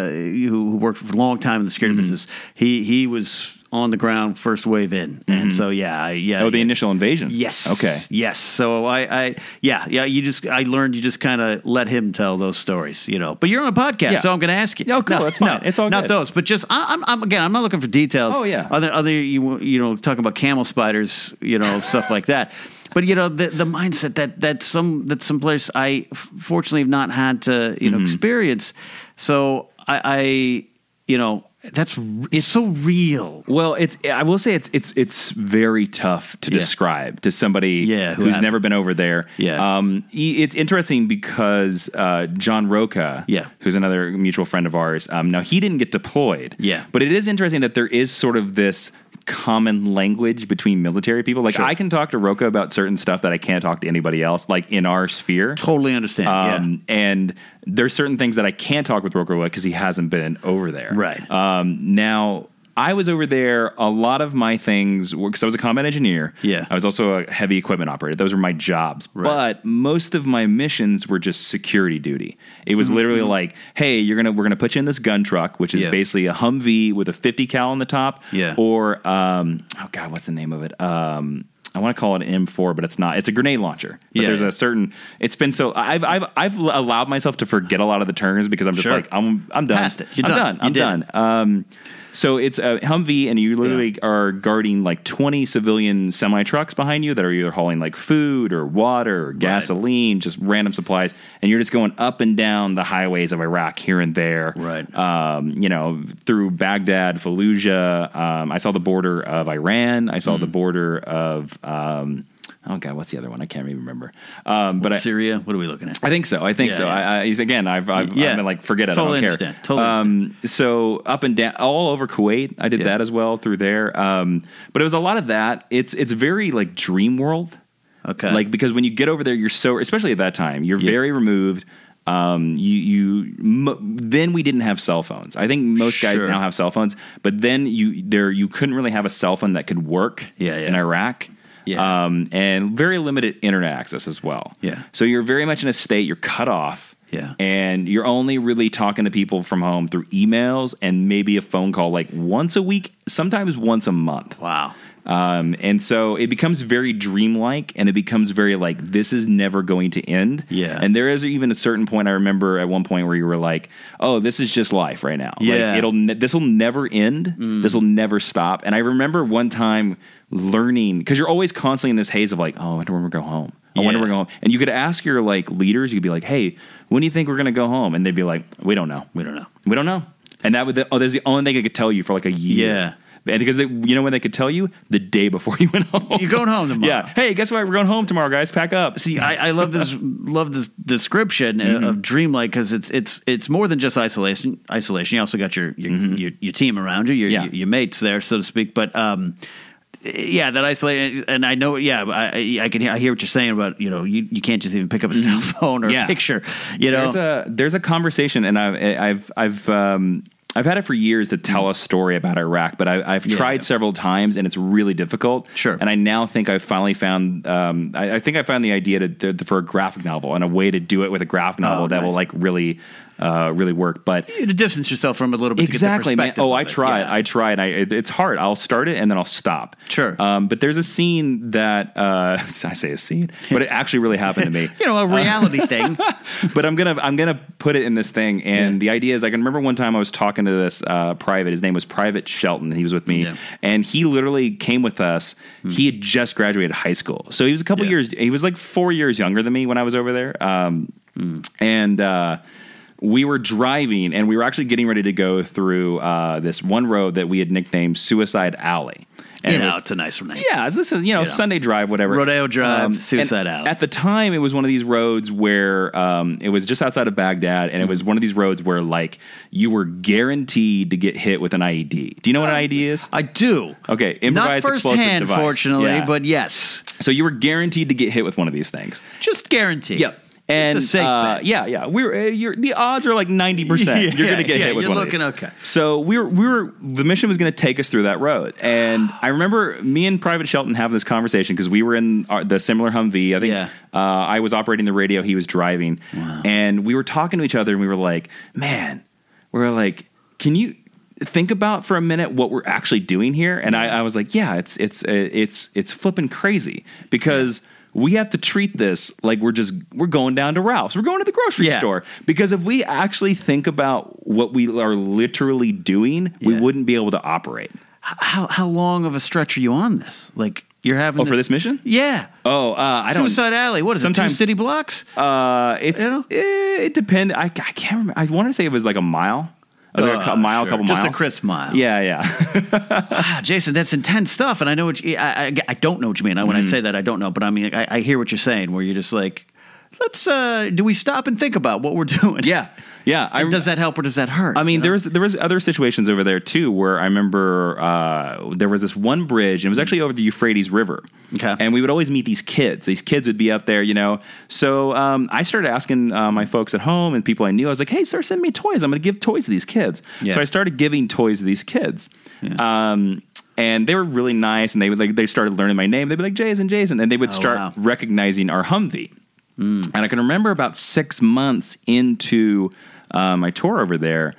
Speaker 1: who who worked for a long time in the security business, he he was on the ground first wave in, and so yeah, I, yeah.
Speaker 2: oh,
Speaker 1: Uh,
Speaker 2: the
Speaker 1: yeah.
Speaker 2: initial invasion.
Speaker 1: Yes.
Speaker 2: Okay.
Speaker 1: Yes. So I, I, yeah, yeah. You just, I learned you just kind of let him tell those stories, you know. But you're on a podcast,
Speaker 2: Yeah.
Speaker 1: so I'm going to ask you.
Speaker 2: No, cool, that's fine. It's all
Speaker 1: not
Speaker 2: good.
Speaker 1: those, but just I, I'm, I'm again, I'm not looking for details.
Speaker 2: Oh, yeah.
Speaker 1: Other, other, you, you know, talking about camel spiders, you know, stuff like that. But you know, the the mindset that that some that some players I f- fortunately have not had to you know
Speaker 2: Mm-hmm.
Speaker 1: experience. So I, I, you know, that's r- it's so real.
Speaker 2: Well, it's I will say it's it's it's very tough to
Speaker 1: Yeah.
Speaker 2: describe to somebody
Speaker 1: Yeah, who
Speaker 2: who's
Speaker 1: hasn't.
Speaker 2: never been over there.
Speaker 1: Yeah.
Speaker 2: Um, e- it's interesting because uh, John Roca,
Speaker 1: Yeah.
Speaker 2: who's another mutual friend of ours. Um, now he didn't get deployed.
Speaker 1: Yeah.
Speaker 2: But it is interesting that there is sort of this common language between military people. Like
Speaker 1: Sure.
Speaker 2: I can talk to Roca about certain stuff that I can't talk to anybody else, like in our sphere.
Speaker 1: Totally understand. yeah.
Speaker 2: Um, And there's certain things that I can't talk with Roker about because he hasn't been over there.
Speaker 1: Right.
Speaker 2: Um, now, I was over there. A lot of my things were because I was a combat engineer.
Speaker 1: Yeah.
Speaker 2: I was also a heavy equipment operator. Those were my jobs. But most of my missions were just security duty. It was literally like, hey, you're gonna we're gonna put you in this gun truck, which is
Speaker 1: Mm-hmm, Yeah.
Speaker 2: basically a Humvee with a 50 cal on the top.
Speaker 1: Yeah.
Speaker 2: Or um, oh god, what's the name of it? Um, I want to call it an M4, but it's not. It's a grenade launcher. But
Speaker 1: Yeah.
Speaker 2: there's a certain. It's been so. I've I've I've allowed myself to forget a lot of the terms because I'm just
Speaker 1: Sure.
Speaker 2: like I'm I'm done.
Speaker 1: Past it. You're
Speaker 2: I'm
Speaker 1: done.
Speaker 2: done.
Speaker 1: You
Speaker 2: I'm
Speaker 1: did
Speaker 2: done. Um, so it's a Humvee, and you literally are guarding like 20 civilian semi trucks behind you that are either hauling like food or water or gasoline, just random supplies, and you're just going up and down the highways of Iraq here and there
Speaker 1: Right.
Speaker 2: um, you know, through Baghdad, Fallujah. Um, I saw the border of Iran. I
Speaker 1: Mm.
Speaker 2: saw the border of um, oh god, what's the other one? I can't even remember. Um, but I,
Speaker 1: Syria. What are we looking at?
Speaker 2: I think so. I think
Speaker 1: Yeah,
Speaker 2: so.
Speaker 1: yeah.
Speaker 2: I, I, he's- again, I've, I've,
Speaker 1: Yeah.
Speaker 2: I've been like, forget it.
Speaker 1: Totally
Speaker 2: I don't
Speaker 1: understand.
Speaker 2: care.
Speaker 1: Totally
Speaker 2: um, so up and down, all over Kuwait, I did
Speaker 1: Yeah.
Speaker 2: that as well through there. Um, but it was a lot of that. It's it's very like dream world.
Speaker 1: Okay.
Speaker 2: Like because when you get over there, you're so especially at that time, you're
Speaker 1: Yeah.
Speaker 2: very removed. Um, you you mo- then we didn't have cell phones. I think most guys
Speaker 1: Sure.
Speaker 2: now have cell phones, but then you there you couldn't really have a cell phone that could work
Speaker 1: Yeah, yeah.
Speaker 2: in Iraq.
Speaker 1: Yeah.
Speaker 2: Um, and very limited internet access as well.
Speaker 1: Yeah.
Speaker 2: So you're very much in a state you're cut off.
Speaker 1: Yeah.
Speaker 2: And you're only really talking to people from home through emails and maybe a phone call like once a week, sometimes once a month.
Speaker 1: Wow.
Speaker 2: Um, and so it becomes very dreamlike and it becomes very like, this is never going to end.
Speaker 1: Yeah.
Speaker 2: And there is even a certain point I remember at one point where you were like, oh, this is just life right now.
Speaker 1: Yeah. Mm.
Speaker 2: Like, it'll, ne- this will never end. This will never stop. And I remember one time learning because you're always constantly in this haze of like, oh, I wonder when we're going home. I
Speaker 1: Yeah.
Speaker 2: wonder when we're going home. And you could ask your like leaders, you could be like, hey, when do you think we're gonna go home? And they'd be like, we don't know.
Speaker 1: We don't know.
Speaker 2: We don't know. And that would the, oh, there's the only thing I could tell you for like a year.
Speaker 1: Yeah.
Speaker 2: And because they, you know when they could tell you the day before you went home.
Speaker 1: You're going home tomorrow.
Speaker 2: Yeah. Hey, guess what? We're going home tomorrow, guys. Pack up.
Speaker 1: See, I, I love this love this description
Speaker 2: Mm-hmm.
Speaker 1: uh of dreamlike because it's it's it's more than just isolation. Isolation. You also got your your your, your team around you, your,
Speaker 2: Mm-hmm. Yeah.
Speaker 1: your your mates there, so to speak. But um, yeah, that isolation. And I know. Yeah, I I can hear, I hear what you're saying about you know you, you can't just even pick up a cell phone or
Speaker 2: Mm-hmm. Yeah.
Speaker 1: a picture. You know.
Speaker 2: there's a there's a conversation, and I've I've I've um, I've had it for years to tell a story about Iraq, but I, I've
Speaker 1: Yeah,
Speaker 2: tried
Speaker 1: yeah.
Speaker 2: several times, and it's really difficult.
Speaker 1: Sure.
Speaker 2: And I now think I've finally found um, I, I think I found the idea to, to, for a graphic novel and a way to do it with a graphic novel that will
Speaker 1: Oh, nice.
Speaker 2: like really uh, really work. But
Speaker 1: you distance yourself from it a little bit. To get
Speaker 2: exactly
Speaker 1: the
Speaker 2: man.
Speaker 1: perspective
Speaker 2: oh
Speaker 1: of
Speaker 2: i
Speaker 1: it.
Speaker 2: try
Speaker 1: Yeah.
Speaker 2: i try and i it, it's hard i'll start it and then i'll stop
Speaker 1: Sure.
Speaker 2: um, but there's a scene that uh, i say a scene but it actually really happened to me
Speaker 1: you know, a reality
Speaker 2: Uh,
Speaker 1: thing.
Speaker 2: but I'm gonna I'm gonna put it in this thing. And the idea is, I can remember one time I was talking to this uh, private. His name was Private Shelton, and he was with me.
Speaker 1: Yeah. Hmm.
Speaker 2: And he literally came with us. He had just graduated high school, so he was a couple
Speaker 1: Yeah.
Speaker 2: years. He was like four years younger than me when I was over there. Um,
Speaker 1: Hmm.
Speaker 2: And uh, we were driving, and we were actually getting ready to go through uh, this one road that we had nicknamed Suicide Alley. And
Speaker 1: You
Speaker 2: it
Speaker 1: know,
Speaker 2: was-
Speaker 1: it's a nice one.
Speaker 2: yeah, this is you know
Speaker 1: You know.
Speaker 2: Sunday Drive, whatever. Um,
Speaker 1: Rodeo Drive,
Speaker 2: and
Speaker 1: Suicide Alley.
Speaker 2: At the time, it was one of these roads where um, it was just outside of Baghdad, and it
Speaker 1: Mm.
Speaker 2: was one of these roads where like you were guaranteed to get hit with an IED. Do you know what an IED is?
Speaker 1: I do.
Speaker 2: Okay, improvised
Speaker 1: Uh, Not
Speaker 2: explosive
Speaker 1: firsthand,
Speaker 2: device.
Speaker 1: fortunately,
Speaker 2: Yeah.
Speaker 1: but yes,
Speaker 2: So you were guaranteed to get hit with one of these things.
Speaker 1: just guarantee.
Speaker 2: Yep. And
Speaker 1: a safe
Speaker 2: uh,
Speaker 1: bet.
Speaker 2: yeah, yeah, we're uh, you're, the odds are like ninety percent. You're gonna get
Speaker 1: Yeah,
Speaker 2: hit with
Speaker 1: you're
Speaker 2: one
Speaker 1: looking
Speaker 2: of these.
Speaker 1: okay.
Speaker 2: So we were we were the mission was gonna take us through that road, and I remember me and Private Shelton having this conversation because we were in our, the similar Humvee. I think
Speaker 1: Yeah.
Speaker 2: uh, I was operating the radio, he was driving, and we were talking to each other, and we were like, "Man, we we're like, can you?" Think about for a minute what we're actually doing here, and I, I was like, "Yeah, it's it's uh, it's it's flipping crazy because we have to treat this like we're just we're going down to Ralph's, we're going to the grocery
Speaker 1: Yeah.
Speaker 2: store because if we actually think about what we are literally doing, we
Speaker 1: Yeah.
Speaker 2: wouldn't be able to operate. Oh,
Speaker 1: How how long of a stretch are you on this? Like you're having
Speaker 2: Oh, for this mission?
Speaker 1: Yeah.
Speaker 2: Oh, uh, I don't.
Speaker 1: Suicide Alley. What is it? Two
Speaker 2: sometimes-
Speaker 1: city blocks.
Speaker 2: Uh, it's
Speaker 1: You know?
Speaker 2: eh, it depends. I, I can't remember. I want to say it was like a mile. It was like a cou-
Speaker 1: Uh,
Speaker 2: mile,
Speaker 1: sure.
Speaker 2: couple
Speaker 1: Just a
Speaker 2: miles.
Speaker 1: crisp mile.
Speaker 2: Yeah, yeah.
Speaker 1: Ah, Jason, that's intense stuff, and I know what you, I, I, I don't know what you mean. I- When
Speaker 2: Mm-hmm.
Speaker 1: I say that, I don't know, but I mean I, I hear what you're saying. Where you're just like, let's uh, do we stop and think about what we're doing?
Speaker 2: yeah. Yeah. I,
Speaker 1: And does that help or does that hurt?
Speaker 2: I mean,
Speaker 1: You know?
Speaker 2: there was there was other situations over there too, where I remember uh, there was this one bridge, and it was actually over the Euphrates River.
Speaker 1: Okay.
Speaker 2: And we would always meet these kids. These kids would be up there, you know. So um, I started asking uh, my folks at home and people I knew. I was like, "Hey, start sending me toys. I'm going to give toys to these kids."
Speaker 1: Yeah.
Speaker 2: So I started giving toys to these kids. Um, and they were really nice, and they would like they started learning my name. They'd be like Jason, Jason, and they would
Speaker 1: Oh,
Speaker 2: start
Speaker 1: wow.
Speaker 2: recognizing our Humvee. And I can remember about six months into uh, my tour over there,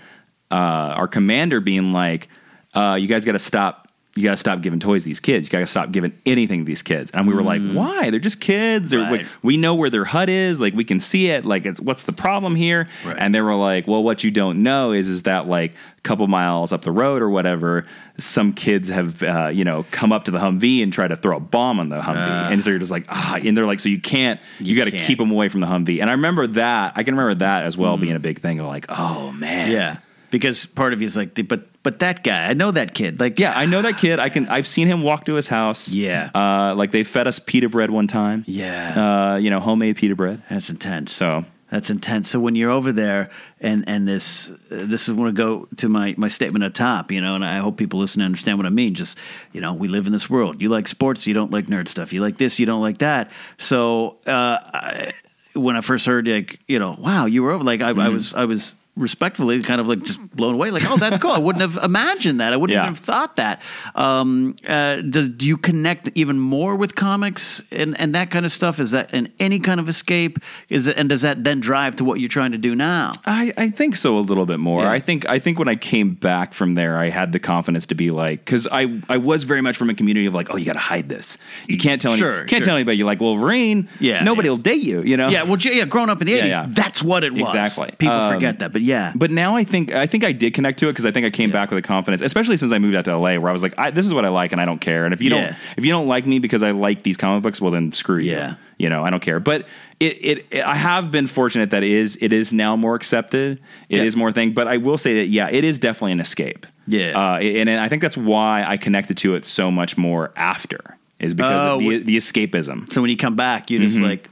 Speaker 2: uh, our commander being like, uh, "You guys got to stop. You got to stop giving toys to these kids. You got to stop giving anything to these kids." And we were like, "Why? They're just kids. They're,
Speaker 1: Mm. Right.
Speaker 2: we, we know where their hut is. Like we can see it. Like it's, what's the problem here?"
Speaker 1: Right.
Speaker 2: And they were like, "Well, what you don't know is is that like a couple miles up the road or whatever, some kids have uh, you know come up to the Humvee and try to throw a bomb on the Humvee,
Speaker 1: Ah.
Speaker 2: and so you're just like ah." And they're like, "So you can't. You, got to
Speaker 1: can't.
Speaker 2: keep them." them away from the Humvee. And I remember that. I can remember that as well being a big thing of like, oh man.
Speaker 1: Mm. yeah, because part of you is like, but but that guy, I know that kid. Like,
Speaker 2: Yeah, I know that kid. I can I've seen him walk to his house.
Speaker 1: Yeah.
Speaker 2: Uh like they fed us pita bread one time.
Speaker 1: Yeah.
Speaker 2: Uh, you know, homemade pita bread.
Speaker 1: That's intense.
Speaker 2: So-
Speaker 1: that's intense. So when you're over there, and and this uh, this is going to go to my my statement at top, you know, and I hope people listen and understand what I mean. Just you know, we live in this world. You like sports, you don't like nerd stuff. You like this, you don't like that. So uh, I, when I first heard like you know, wow, you were over, like I,
Speaker 2: Mm-hmm.
Speaker 1: I was I was respectfully kind of like just blown away like oh that's cool i wouldn't have imagined that i wouldn't
Speaker 2: Yeah.
Speaker 1: even have thought that um uh does do you connect even more with comics and and that kind of stuff is that in any kind of escape is it and does that then drive to what you're trying to do now
Speaker 2: I, I think so a little bit more.
Speaker 1: Yeah.
Speaker 2: I think I think when I came back from there, I had the confidence to be like, because I I was very much from a community of like, oh, you got to hide this. You can't tell any,
Speaker 1: Sure,
Speaker 2: can't
Speaker 1: sure.
Speaker 2: tell anybody. You're like Wolverine.
Speaker 1: Yeah,
Speaker 2: nobody
Speaker 1: yeah.
Speaker 2: will date you. You know.
Speaker 1: yeah well j- yeah growing up in the 80s
Speaker 2: Uh, yeah.
Speaker 1: that's what it was
Speaker 2: Exactly.
Speaker 1: people
Speaker 2: Um,
Speaker 1: forget that but yeah.
Speaker 2: But now I think I think I did connect to it because I think I came back with a confidence, especially since I moved out to LA, where I was like, I, "This is what I like, and I don't care." And if you
Speaker 1: Yeah.
Speaker 2: don't if you don't like me because I like these comic books, well then screw you.
Speaker 1: Yeah.
Speaker 2: You know, I don't care. But it, it, it- I have been fortunate that it is it is now more accepted. It is
Speaker 1: Yeah.
Speaker 2: more thing. But I will say that yeah, it is definitely an escape.
Speaker 1: Yeah.
Speaker 2: uh, and, and I think that's why I connected to it so much more after is because
Speaker 1: Oh,
Speaker 2: of the,
Speaker 1: wh-
Speaker 2: the escapism.
Speaker 1: so when you come back, you just like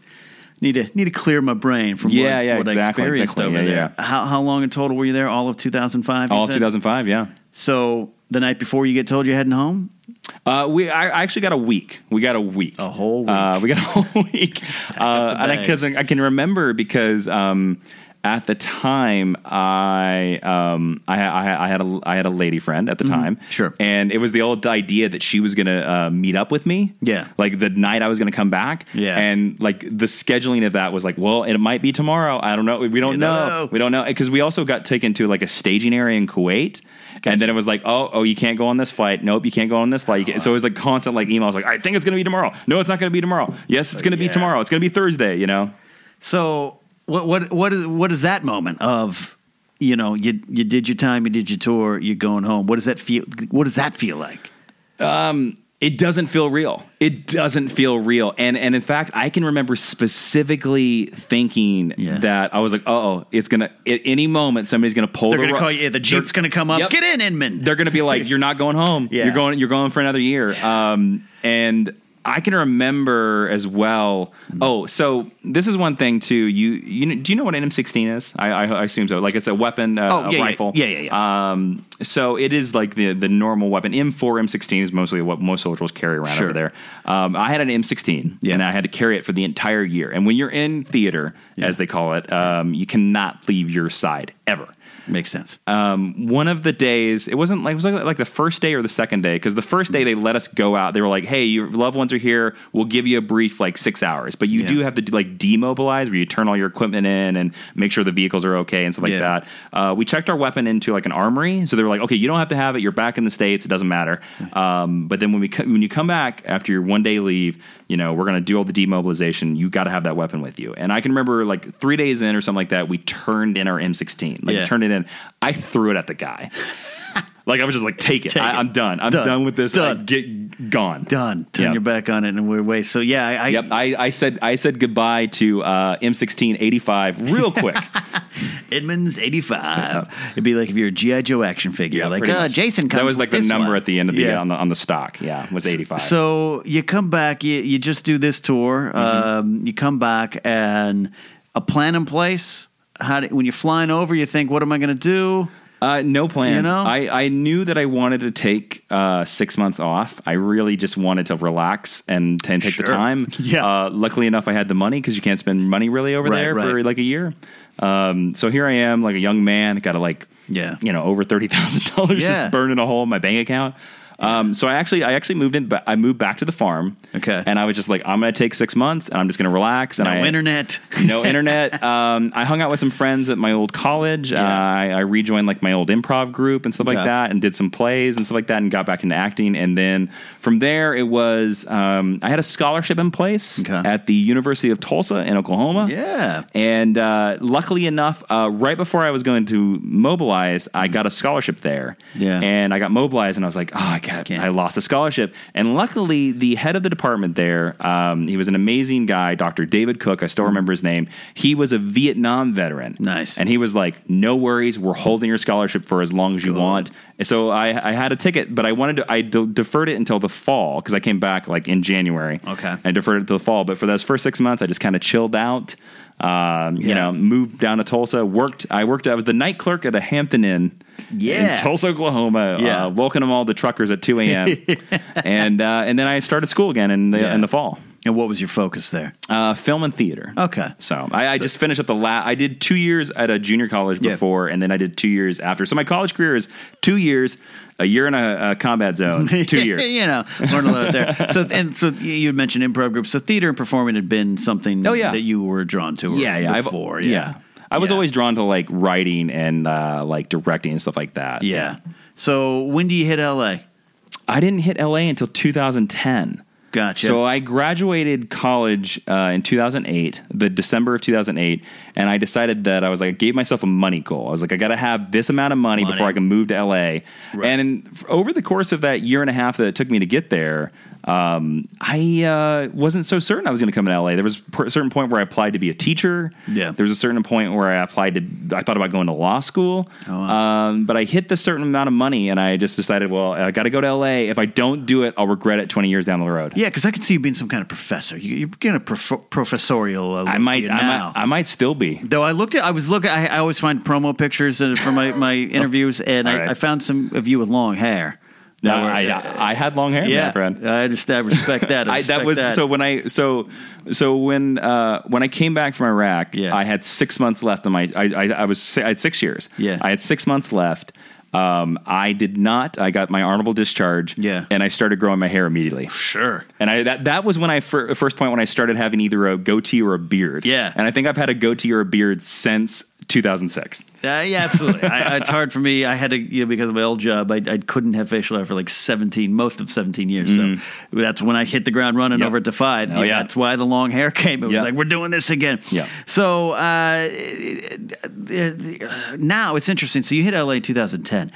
Speaker 1: need to need to clear my brain from
Speaker 2: Mm-hmm. Yeah,
Speaker 1: what,
Speaker 2: yeah,
Speaker 1: what
Speaker 2: exactly,
Speaker 1: I experienced
Speaker 2: exactly.
Speaker 1: over
Speaker 2: Yeah,
Speaker 1: there. How how long in total were you there? All of 2005. you
Speaker 2: All of
Speaker 1: said?
Speaker 2: 2005, yeah.
Speaker 1: So the night before you get told you're heading home,
Speaker 2: Uh, we I I actually got a week. We got a week.
Speaker 1: A whole week.
Speaker 2: Uh, we got a whole week. Uh,
Speaker 1: the
Speaker 2: and I,
Speaker 1: bags.
Speaker 2: cause I, I can remember because um, at the time I um, I, I I had a I had a lady friend at the time.
Speaker 1: Mm-hmm. sure.
Speaker 2: And it was the old idea that she was gonna uh, meet up with me.
Speaker 1: Yeah.
Speaker 2: Like the night I was gonna come back.
Speaker 1: Yeah.
Speaker 2: And like the scheduling of that was like, well, it might be tomorrow. I don't know. We don't,
Speaker 1: You don't
Speaker 2: know.
Speaker 1: know.
Speaker 2: We don't know because we also got taken to like a staging area in Kuwait. And then it was like, oh, oh, you can't go on this flight. Nope, you can't go on this flight. You can't- So it was like constant like emails, like I think it's gonna be tomorrow. No, it's not gonna be tomorrow. Yes, it's gonna
Speaker 1: yeah.
Speaker 2: be tomorrow. It's gonna be Thursday. You know,
Speaker 1: So what what what is what is that moment of you know you you did your time you did your tour you're going home what does that feel what does that feel like
Speaker 2: it doesn't feel real. It doesn't feel real. And and in fact, I can remember specifically thinking
Speaker 1: Yeah.
Speaker 2: that I was like, oh, it's gonna at any moment somebody's gonna pull.
Speaker 1: they're
Speaker 2: the
Speaker 1: gonna
Speaker 2: rug-
Speaker 1: call you the jeep's
Speaker 2: They're-
Speaker 1: gonna come up
Speaker 2: Yep.
Speaker 1: get in Inman
Speaker 2: they're going to be like, "You're not going home.
Speaker 1: Yeah.
Speaker 2: You're going. You're going for another year." Um, and I can remember as well. Oh, so this is one thing too. You you kn- do you know what an M16 is? I, I, I assume so. Like it's a weapon, uh,
Speaker 1: Oh,
Speaker 2: a
Speaker 1: yeah, yeah.
Speaker 2: rifle.
Speaker 1: Yeah, yeah, yeah.
Speaker 2: Um, so it is like the the normal weapon. M4, M16 is mostly what most soldiers carry around
Speaker 1: Sure.
Speaker 2: over there. Um, I had an M16,
Speaker 1: Yeah.
Speaker 2: and I had to carry it for the entire year. And when you're in theater, as they call it, um, you cannot leave your side ever
Speaker 1: makes sense
Speaker 2: um, one of the days it wasn't like it was like, like the first day or the second day because the first day they let us go out they were like hey your loved ones are here we'll give you a brief like six hours but you
Speaker 1: Yeah.
Speaker 2: do have to do, like demobilize where you turn all your equipment in and make sure the vehicles are okay and stuff like
Speaker 1: Yeah.
Speaker 2: that uh, we checked our weapon into like an armory so they were like okay you don't have to have it you're back in the states it doesn't matter um, but then when we co- when you come back after your one day leave you know we're gonna do all the demobilization you got to have that weapon with you and I can remember like three days in or something like that we turned in our M16 like
Speaker 1: Yeah.
Speaker 2: turned it in. I threw it at the guy. like I was just like, take it.
Speaker 1: Take
Speaker 2: I,
Speaker 1: it.
Speaker 2: I'm done. I'm
Speaker 1: Done.
Speaker 2: done, with this.
Speaker 1: Done.
Speaker 2: I get gone.
Speaker 1: done turn
Speaker 2: Yep.
Speaker 1: your back on it and we're away so yeah I, I
Speaker 2: Yep. I, I said I said goodbye to uh, M1685 real quick.
Speaker 1: Inman's eighty five it'd be like if you're a GI Joe action figure
Speaker 2: Yeah,
Speaker 1: like
Speaker 2: pretty
Speaker 1: uh,
Speaker 2: much.
Speaker 1: Jason comes
Speaker 2: That was
Speaker 1: with
Speaker 2: like the
Speaker 1: this
Speaker 2: number
Speaker 1: one.
Speaker 2: at the end of the
Speaker 1: Yeah.
Speaker 2: on the on the stock. Yeah, was 85.
Speaker 1: So you come back, you, you just do this tour.
Speaker 2: Mm-hmm.
Speaker 1: Um, you come back and a plan in place. How do, when you're flying over, you think, "What am I going to do?"
Speaker 2: Uh, no plan.
Speaker 1: You know?
Speaker 2: I, I knew that I wanted to take uh, six months off. I really just wanted to relax and, and take
Speaker 1: Sure.
Speaker 2: the time.
Speaker 1: Yeah.
Speaker 2: Uh, luckily enough, I had the money because you can't spend money really over
Speaker 1: Right,
Speaker 2: there for
Speaker 1: right.
Speaker 2: like a year. Um, so here I am, like a young man, got to like,
Speaker 1: Yeah.
Speaker 2: you know, over thirty thousand dollars
Speaker 1: Yeah.
Speaker 2: just burning a hole in my bank account. Um, so I actually, I actually moved in, but I moved back to the farm.
Speaker 1: Okay.
Speaker 2: And I was just like, I'm going to take six months and I'm just going to relax. And
Speaker 1: No
Speaker 2: I,
Speaker 1: internet.
Speaker 2: no internet. Um, I hung out with some friends at my old college. Uh, I, I rejoined like my old improv group and stuff
Speaker 1: Okay.
Speaker 2: like that, and did some plays and stuff like that, and got back into acting. And then from there, it was um, I had a scholarship in place
Speaker 1: Okay.
Speaker 2: at the University of Tulsa in Oklahoma.
Speaker 1: Yeah.
Speaker 2: And uh, luckily enough, uh, right before I was going to mobilize, I got a scholarship there.
Speaker 1: Yeah.
Speaker 2: And I got mobilized, and I was like, oh, I got,
Speaker 1: Can't.
Speaker 2: I lost the scholarship. And luckily, the head of the department there, um, he was an amazing guy, Dr. David Cook. I still remember his name. He was a Vietnam veteran.
Speaker 1: Nice.
Speaker 2: And he was like, no worries, we're holding your scholarship for as long as you
Speaker 1: Good.
Speaker 2: want. And so I, I had a ticket, but I wanted to, I de- deferred it until the fall because I came back like in January.
Speaker 1: Okay.
Speaker 2: I deferred it to the fall, but for those first six months, I just kind of chilled out. Um, You
Speaker 1: Yeah.
Speaker 2: know, moved down to Tulsa. Worked. I worked. I was the night clerk at a Hampton Inn.
Speaker 1: Yeah.
Speaker 2: In Tulsa, Oklahoma.
Speaker 1: Yeah.
Speaker 2: Uh, welcoming all the truckers at 2 a.m. and uh, and then I started school again in the
Speaker 1: Yeah.
Speaker 2: in the fall.
Speaker 1: And what was your focus there?
Speaker 2: Uh, film and theater.
Speaker 1: Okay.
Speaker 2: So I, I just finished up the last. I did two years at a junior college
Speaker 1: Yeah.
Speaker 2: before, and then I did two years after. So my college career is two years, a year in a, a combat zone, two years.
Speaker 1: you know, learn a lot there. So and so you you mentioned improv groups. So theater and performing had been something
Speaker 2: Oh, yeah.
Speaker 1: that you were drawn to.
Speaker 2: yeah, yeah, I've-
Speaker 1: Before,
Speaker 2: I was
Speaker 1: Yeah.
Speaker 2: always drawn to like writing and uh, like directing and stuff like that.
Speaker 1: yeah. So when do you hit LA?
Speaker 2: I didn't hit LA until 2010.
Speaker 1: Gotcha.
Speaker 2: So I graduated college uh, in 2008, the December of 2008, and I decided that I was like, I gave myself a money goal. I was like, I got to have this amount of money,
Speaker 1: Money.
Speaker 2: before I can move to LA. And in, f- over the course of that year and a half that it took me to get there, um, I uh, wasn't so certain I was going to come to LA. There was per- a certain point where I applied to be a teacher.
Speaker 1: Yeah.
Speaker 2: There was a certain point where I applied to, I thought about going to law school.
Speaker 1: Oh, wow.
Speaker 2: um, but I hit the certain amount of money and I just decided, well, I got to go to LA. If I don't do it, I'll regret it 20 years down the road.
Speaker 1: yeah, because I can see you being some kind of professor. You, you're getting a prof- professorial. Uh, look
Speaker 2: I
Speaker 1: to
Speaker 2: might,
Speaker 1: you
Speaker 2: I
Speaker 1: now.
Speaker 2: might, I might still be.
Speaker 1: Though I looked at, I was looking. I, I always find promo pictures uh, for my, my interviews, and I,
Speaker 2: All right.
Speaker 1: I found some of you with long hair.
Speaker 2: No,
Speaker 1: That were-
Speaker 2: I, I, I had long hair,
Speaker 1: yeah,
Speaker 2: my friend.
Speaker 1: I understand. I respect that. I
Speaker 2: I, that
Speaker 1: respect
Speaker 2: was so when I so so when uh, when I came back from Iraq,
Speaker 1: Yeah.
Speaker 2: I had six months left on my. I, I, I was si- I had six years.
Speaker 1: Yeah.
Speaker 2: I had six months left. Um, I did not. I got my honorable discharge.
Speaker 1: Yeah.
Speaker 2: and I started growing my hair immediately.
Speaker 1: sure.
Speaker 2: And I that that was when I fir- first point when I started having either a goatee or a beard.
Speaker 1: Yeah.
Speaker 2: and I think I've had a goatee or a beard since 2006.
Speaker 1: Uh, yeah, absolutely. I, I- it's hard for me. I had to, you know, because of my old job, I, I couldn't have facial hair for like 17, most of 17 years. So that's when I hit the ground running
Speaker 2: Yep.
Speaker 1: over at Defied.
Speaker 2: Mm-hmm. Oh, yeah.
Speaker 1: That's why the long hair came. It was
Speaker 2: Yeah.
Speaker 1: like, we're doing this again.
Speaker 2: Yeah.
Speaker 1: So uh, now it's interesting. So you hit LA in 2010.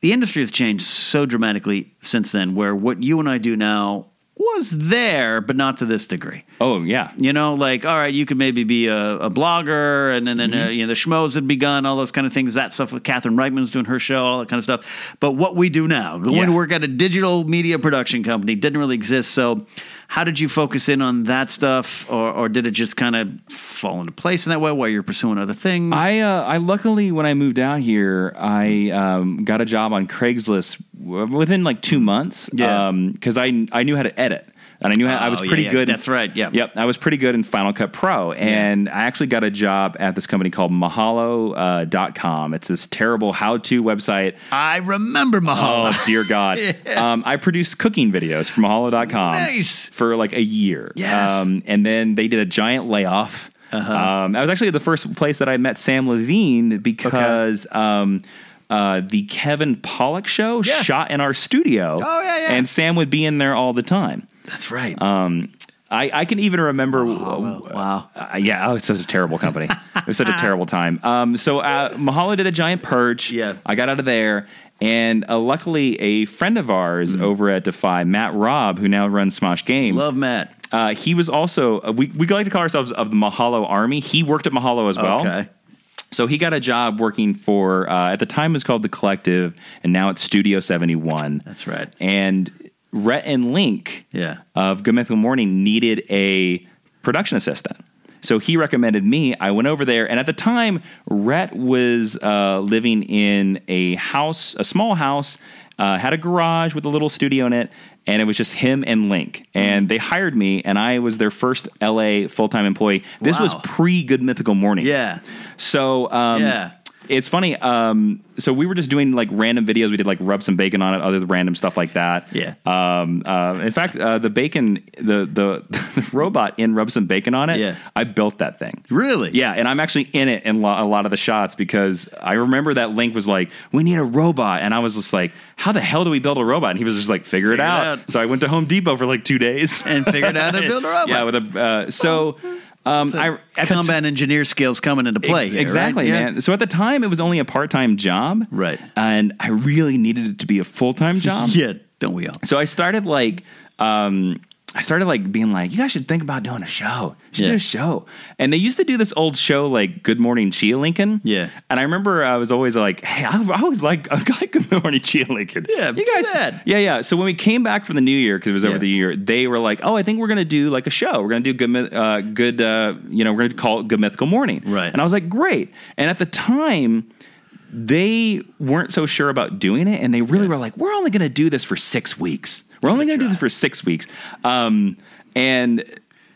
Speaker 1: The industry has changed so dramatically since then, where what you and I do now was there, but not to this degree.
Speaker 2: Oh yeah,
Speaker 1: You know, like all right, you could maybe be a, a blogger, and then, then
Speaker 2: Mm-hmm.
Speaker 1: uh, you know the schmoes had begun, all those kind of things. That stuff with Catherine Reitman's doing her show, all that kind of stuff. But what we do now, going
Speaker 2: Yeah.
Speaker 1: to work at a digital media production company, didn't really exist. So, how did you focus in on that stuff, or, or did it just kind of fall into place in that way while you're pursuing other things?
Speaker 2: I uh, I luckily when I moved out here, I um, got a job on Craigslist w- within like two months.
Speaker 1: Yeah.
Speaker 2: because I I knew how to edit. And I knew how, I was
Speaker 1: Oh, yeah,
Speaker 2: pretty
Speaker 1: yeah,
Speaker 2: good. in-
Speaker 1: that's right, yeah.
Speaker 2: Yep. I was pretty good in Final Cut Pro, and I actually got a job at this company called Mahalo.com. Uh, dot com. it's this terrible how-to website.
Speaker 1: I remember Mahal.
Speaker 2: Oh dear God! um, I produced cooking videos for Mahalo.com
Speaker 1: Nice.
Speaker 2: for like a year.
Speaker 1: Yes. Uh-huh.
Speaker 2: Um, and then they did a giant layoff. Um, that was actually the first place that I met Sam Levine because um, uh, the Kevin Pollock show
Speaker 1: Yeah.
Speaker 2: shot in our studio.
Speaker 1: Oh, yeah, yeah.
Speaker 2: And Sam would be in there all the time.
Speaker 1: That's right.
Speaker 2: um, I, I can even remember.
Speaker 1: Oh, wow.
Speaker 2: Uh, yeah, oh, it's such a terrible company. it was such a terrible time. Um, so uh, Mahalo did a giant perch.
Speaker 1: Yeah.
Speaker 2: I got out of there, and uh, luckily, a friend of ours over at Defy, Matt Robb, who now runs Smosh Games,
Speaker 1: Mm. Love Matt.
Speaker 2: uh, he was also uh, we we like to call ourselves of the Mahalo Army. He worked at Mahalo as well.
Speaker 1: okay.
Speaker 2: So he got a job working for uh, at the time it was called the Collective, and now it's Studio Seventy One.
Speaker 1: That's right.
Speaker 2: And Rhett and Link
Speaker 1: Yeah.
Speaker 2: of Good Mythical Morning needed a production assistant. So he recommended me. I went over there, and at the time, Rhett was uh, living in a house, a small house, uh, had a garage with a little studio in it, and it was just him and Link. And they hired me, and I was their first LA full time employee. This was
Speaker 1: Wow.
Speaker 2: pre Good Mythical Morning.
Speaker 1: Yeah.
Speaker 2: So um,
Speaker 1: Yeah.
Speaker 2: it's funny. Um, so we were just doing like random videos. We did like rub some bacon on it, other random stuff like that.
Speaker 1: Yeah.
Speaker 2: Um, uh, in fact, uh, the bacon, the, the the robot in rub some bacon on it.
Speaker 1: Yeah.
Speaker 2: I built that thing.
Speaker 1: Really?
Speaker 2: Yeah, and I'm actually in it in lo- a lot of the shots because I remember that Link was like, "We need a robot," and I was just like, "How the hell do we build a robot?" And he was just like, "Figure, it,
Speaker 1: Figure it
Speaker 2: out.
Speaker 1: out.
Speaker 2: So I went to Home Depot for like two days.
Speaker 1: And figured out how to build a robot.
Speaker 2: yeah, with a uh, so. Um, I at the
Speaker 1: Combat engineer skills coming into play.
Speaker 2: Ex-
Speaker 1: here, right?
Speaker 2: exactly,
Speaker 1: Yeah.
Speaker 2: man. So at the time, it was only a part time job.
Speaker 1: Right.
Speaker 2: And I really needed it to be a full time job.
Speaker 1: Yeah, don't we all?
Speaker 2: So I started like, um, I started like being like, you guys should think about doing a show. You should
Speaker 1: Yeah.
Speaker 2: do a show. And they used to do this old show like Good Morning Chia Lincoln.
Speaker 1: Yeah.
Speaker 2: And I remember I was always like, hey, I, I always like I like Good Morning Chia Lincoln.
Speaker 1: Yeah,
Speaker 2: you guys.
Speaker 1: do that.
Speaker 2: Yeah, yeah. So when we came back from the New Year because it was over
Speaker 1: Yeah.
Speaker 2: the year, they were like, oh, I think we're gonna do like a show. We're gonna do good, myth- uh, good. Uh, you know, we're gonna call it Good Mythical Morning.
Speaker 1: Right.
Speaker 2: And I was like, great. And at the time they weren't so sure about doing it, and they really were like, "We're only going to do this for six weeks. We're only going to do this for six weeks." Um, and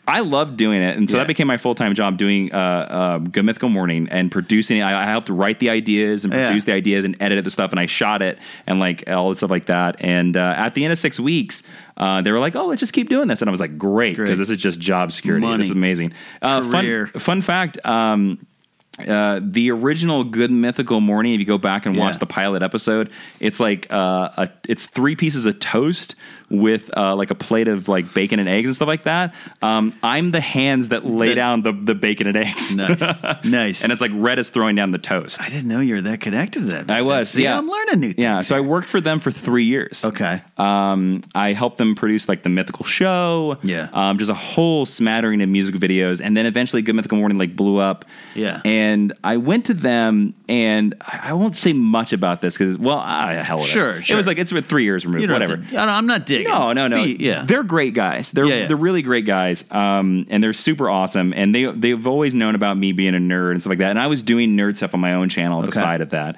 Speaker 2: I loved doing it, and so
Speaker 1: Yeah.
Speaker 2: that became my full time job doing uh, uh, Good Mythical Morning and producing. it. I, I helped write the ideas and
Speaker 1: Yeah.
Speaker 2: produce the ideas and edit the stuff, and I shot it and like all the stuff like that. And uh, at the end of six weeks, uh, they were like, "Oh, let's just keep doing this," and I was like, "Great,"
Speaker 1: Great.
Speaker 2: because this is just job security.
Speaker 1: Money.
Speaker 2: This is amazing. Uh,
Speaker 1: Career.
Speaker 2: fun, fun fact. Um, uh, the original Good Mythical Morning, if you go back and watch
Speaker 1: Yeah.
Speaker 2: the pilot episode, it's like uh, a, it's three pieces of toast with uh, like a plate of like bacon and eggs and stuff like that. Um, I'm the hands that lay
Speaker 1: The-
Speaker 2: down the, the bacon and eggs,
Speaker 1: Nice, nice.
Speaker 2: and it's like red is throwing down the toast.
Speaker 1: I didn't know you were that connected to that.
Speaker 2: I was,
Speaker 1: See,
Speaker 2: yeah.
Speaker 1: I'm learning new things.
Speaker 2: Yeah, so I worked for them for three years.
Speaker 1: Okay.
Speaker 2: Um, I helped them produce like the Mythical Show.
Speaker 1: Yeah.
Speaker 2: Um, just a whole smattering of music videos, and then eventually Good Mythical Morning like blew up.
Speaker 1: Yeah.
Speaker 2: And I went to them, and I I won't say much about this because well, I, hell, with it.
Speaker 1: Sure,
Speaker 2: It
Speaker 1: sure.
Speaker 2: was like it's been three years
Speaker 1: You
Speaker 2: removed.
Speaker 1: don't
Speaker 2: Whatever.
Speaker 1: have to- I don't- I'm not digging.
Speaker 2: No, no, no.
Speaker 1: Be- yeah.
Speaker 2: they're great guys. They're
Speaker 1: Yeah, yeah.
Speaker 2: they're really great guys. Um, and they're super awesome. And they they've always known about me being a nerd and stuff like that. And I was doing nerd stuff on my own channel at the
Speaker 1: Okay.
Speaker 2: side of that.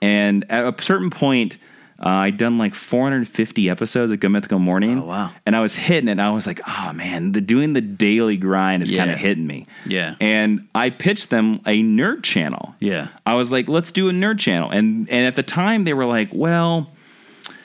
Speaker 2: And at a certain point. Uh, I'd done like 450 episodes of Good Mythical Morning.
Speaker 1: Oh, wow.
Speaker 2: And I was hitting it. And I was like, oh, man, the, doing the daily grind is
Speaker 1: Yeah.
Speaker 2: kind of hitting me.
Speaker 1: Yeah.
Speaker 2: And I pitched them a nerd channel.
Speaker 1: Yeah.
Speaker 2: I was like, let's do a nerd channel. And and at the time they were like, well,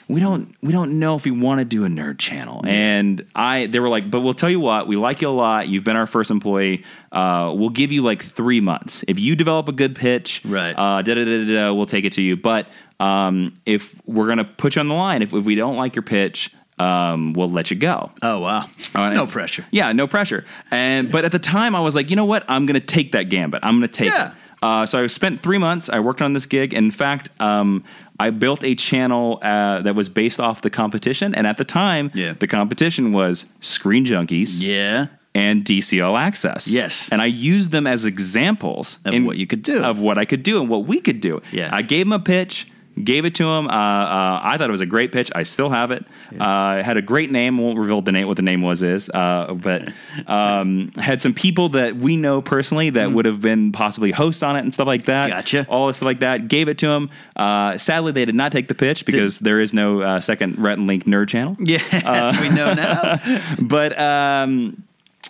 Speaker 2: we don't we don't know if we want to do a nerd channel. And I they were like, but we'll tell you what, we like you a lot. You've been our first employee. Uh, we'll give you like three months if you develop a good pitch.
Speaker 1: Right.
Speaker 2: Uh, da da da da. da, We'll take it to you. But um, if we're gonna put you on the line, if, if we don't like your pitch, um, we'll let you go.
Speaker 1: oh wow.
Speaker 2: Uh, and
Speaker 1: no
Speaker 2: it's-
Speaker 1: pressure.
Speaker 2: Yeah, no pressure. And but at the time, I was like, you know what? I'm going to take that gambit. I'm going to take
Speaker 1: Yeah.
Speaker 2: it. Uh, so I spent three months. I worked on this gig. In fact, um, I built a channel uh, that was based off the competition. And at the time,
Speaker 1: Yeah.
Speaker 2: the competition was Screen Junkies
Speaker 1: Yeah.
Speaker 2: and DCL Access.
Speaker 1: Yes.
Speaker 2: And I used them as examples
Speaker 1: Of what you could do.
Speaker 2: Of what I could do and what we could do.
Speaker 1: Yeah.
Speaker 2: I gave him a pitch, gave it to him. Uh, uh, I thought it was a great pitch. I still have it. Uh, it had a great name. Won't reveal the name what the name was is. Uh, but um, had some people that we know personally that would have been possibly hosts on it and stuff like that.
Speaker 1: Hmm. Gotcha.
Speaker 2: All this stuff like that. Gave it to him. Uh, sadly, they did not take the pitch because there is no uh, second Rhett and Link nerd channel
Speaker 1: Yeah.
Speaker 2: Uh,
Speaker 1: As we know now.
Speaker 2: but um,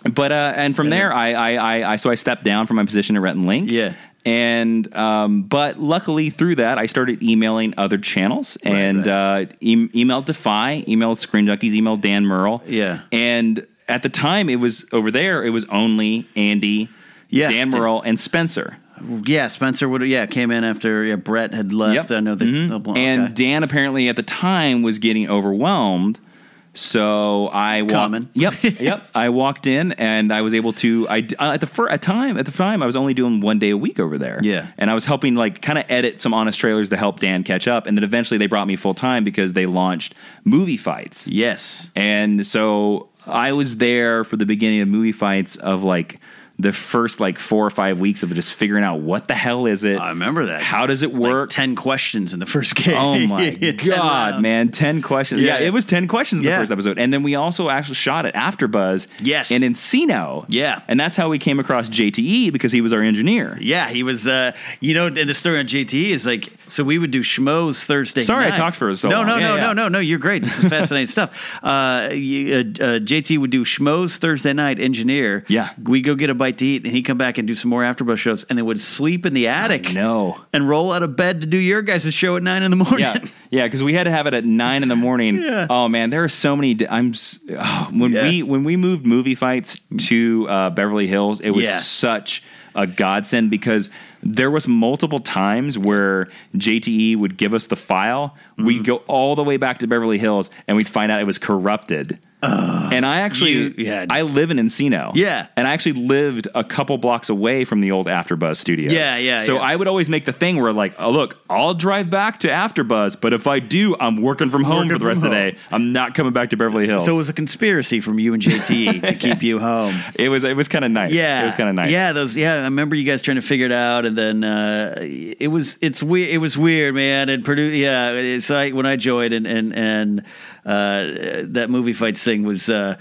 Speaker 2: but uh, and from there, I, I I I so I stepped down from my position at Rhett and Link.
Speaker 1: Yeah.
Speaker 2: And um, but luckily through that, I started emailing other channels and Uh, em- emailed Defy, emailed Screen Junkies, emailed Dan Merle.
Speaker 1: Yeah.
Speaker 2: And at the time, it was over there. It was only Andy,
Speaker 1: Yeah.
Speaker 2: Dan Merle, and Spencer.
Speaker 1: yeah. Spencer would. Yeah. Came in after yeah, Brett had left.
Speaker 2: Yep.
Speaker 1: I know that.
Speaker 2: Mhm.
Speaker 1: oh, well,
Speaker 2: And
Speaker 1: okay.
Speaker 2: Dan apparently at the time was getting overwhelmed. So I walked.
Speaker 1: Common.
Speaker 2: Yep, yep. I walked in and I was able to. I uh, at the first at time at the time I was only doing one day a week over there.
Speaker 1: Yeah.
Speaker 2: and I was helping like kind of edit some honest trailers to help Dan catch up, and then eventually they brought me full time because they launched movie fights.
Speaker 1: yes.
Speaker 2: And so I was there for the beginning of movie fights of like the first like four or five weeks of just figuring out what the hell is it.
Speaker 1: I remember that.
Speaker 2: How does it work?
Speaker 1: Like Ten questions in the first game.
Speaker 2: Oh my
Speaker 1: Ten
Speaker 2: god,
Speaker 1: rounds.
Speaker 2: man! Ten questions. Yeah.
Speaker 1: Yeah.
Speaker 2: it was ten questions in the
Speaker 1: Yeah.
Speaker 2: first episode, and then we also actually shot it after Buzz.
Speaker 1: Yes.
Speaker 2: in Encino.
Speaker 1: Yeah.
Speaker 2: and that's how we came across JTE because he was our engineer.
Speaker 1: Yeah, he was. Uh, you know, and the story on JTE is like, so we would do schmoes Thursday.
Speaker 2: Sorry I
Speaker 1: night.
Speaker 2: talked for so
Speaker 1: no,
Speaker 2: long.
Speaker 1: No,
Speaker 2: Yeah,
Speaker 1: no,
Speaker 2: yeah.
Speaker 1: no, no, no. You're great. This is fascinating stuff. Uh, you, uh, uh, JT would do schmoes Thursday night. Engineer.
Speaker 2: Yeah.
Speaker 1: we go get a bite to eat, and he would come back and do some more afterbus shows, and then would sleep in the attic.
Speaker 2: know.
Speaker 1: and roll out of bed to do your guys' show at nine in the morning.
Speaker 2: Yeah, yeah, because we had to have it at nine in the morning.
Speaker 1: Yeah.
Speaker 2: Oh man, there are so many. d I'm s- oh, when
Speaker 1: Yeah.
Speaker 2: we when we moved movie fights to uh, Beverly Hills, it was
Speaker 1: Yeah.
Speaker 2: such a godsend because there was multiple times where JTE would give us the file,
Speaker 1: Mm-hmm.
Speaker 2: we'd go all the way back to Beverly Hills, and we'd find out it was corrupted. and I actually,
Speaker 1: you- yeah.
Speaker 2: I live in Encino.
Speaker 1: Yeah.
Speaker 2: and I actually lived a couple blocks away from the old AfterBuzz studio.
Speaker 1: Yeah, yeah,
Speaker 2: So
Speaker 1: yeah.
Speaker 2: I would always make the thing where like, oh, look, I'll drive back to AfterBuzz, but if I do, I'm working from home
Speaker 1: Working
Speaker 2: for the rest
Speaker 1: from
Speaker 2: of the
Speaker 1: home.
Speaker 2: day. I'm not coming back to Beverly Hills.
Speaker 1: So it was a conspiracy from you and JTE to keep you home.
Speaker 2: it was it was kind of nice.
Speaker 1: Yeah,
Speaker 2: it was kind of nice.
Speaker 1: Yeah, those. Yeah, I remember you guys trying to figure it out, and then uh, it was it's weird. It was weird, man. And Purdue, yeah. It's I when I joined, and and and uh, that movie fight thing was. Uh,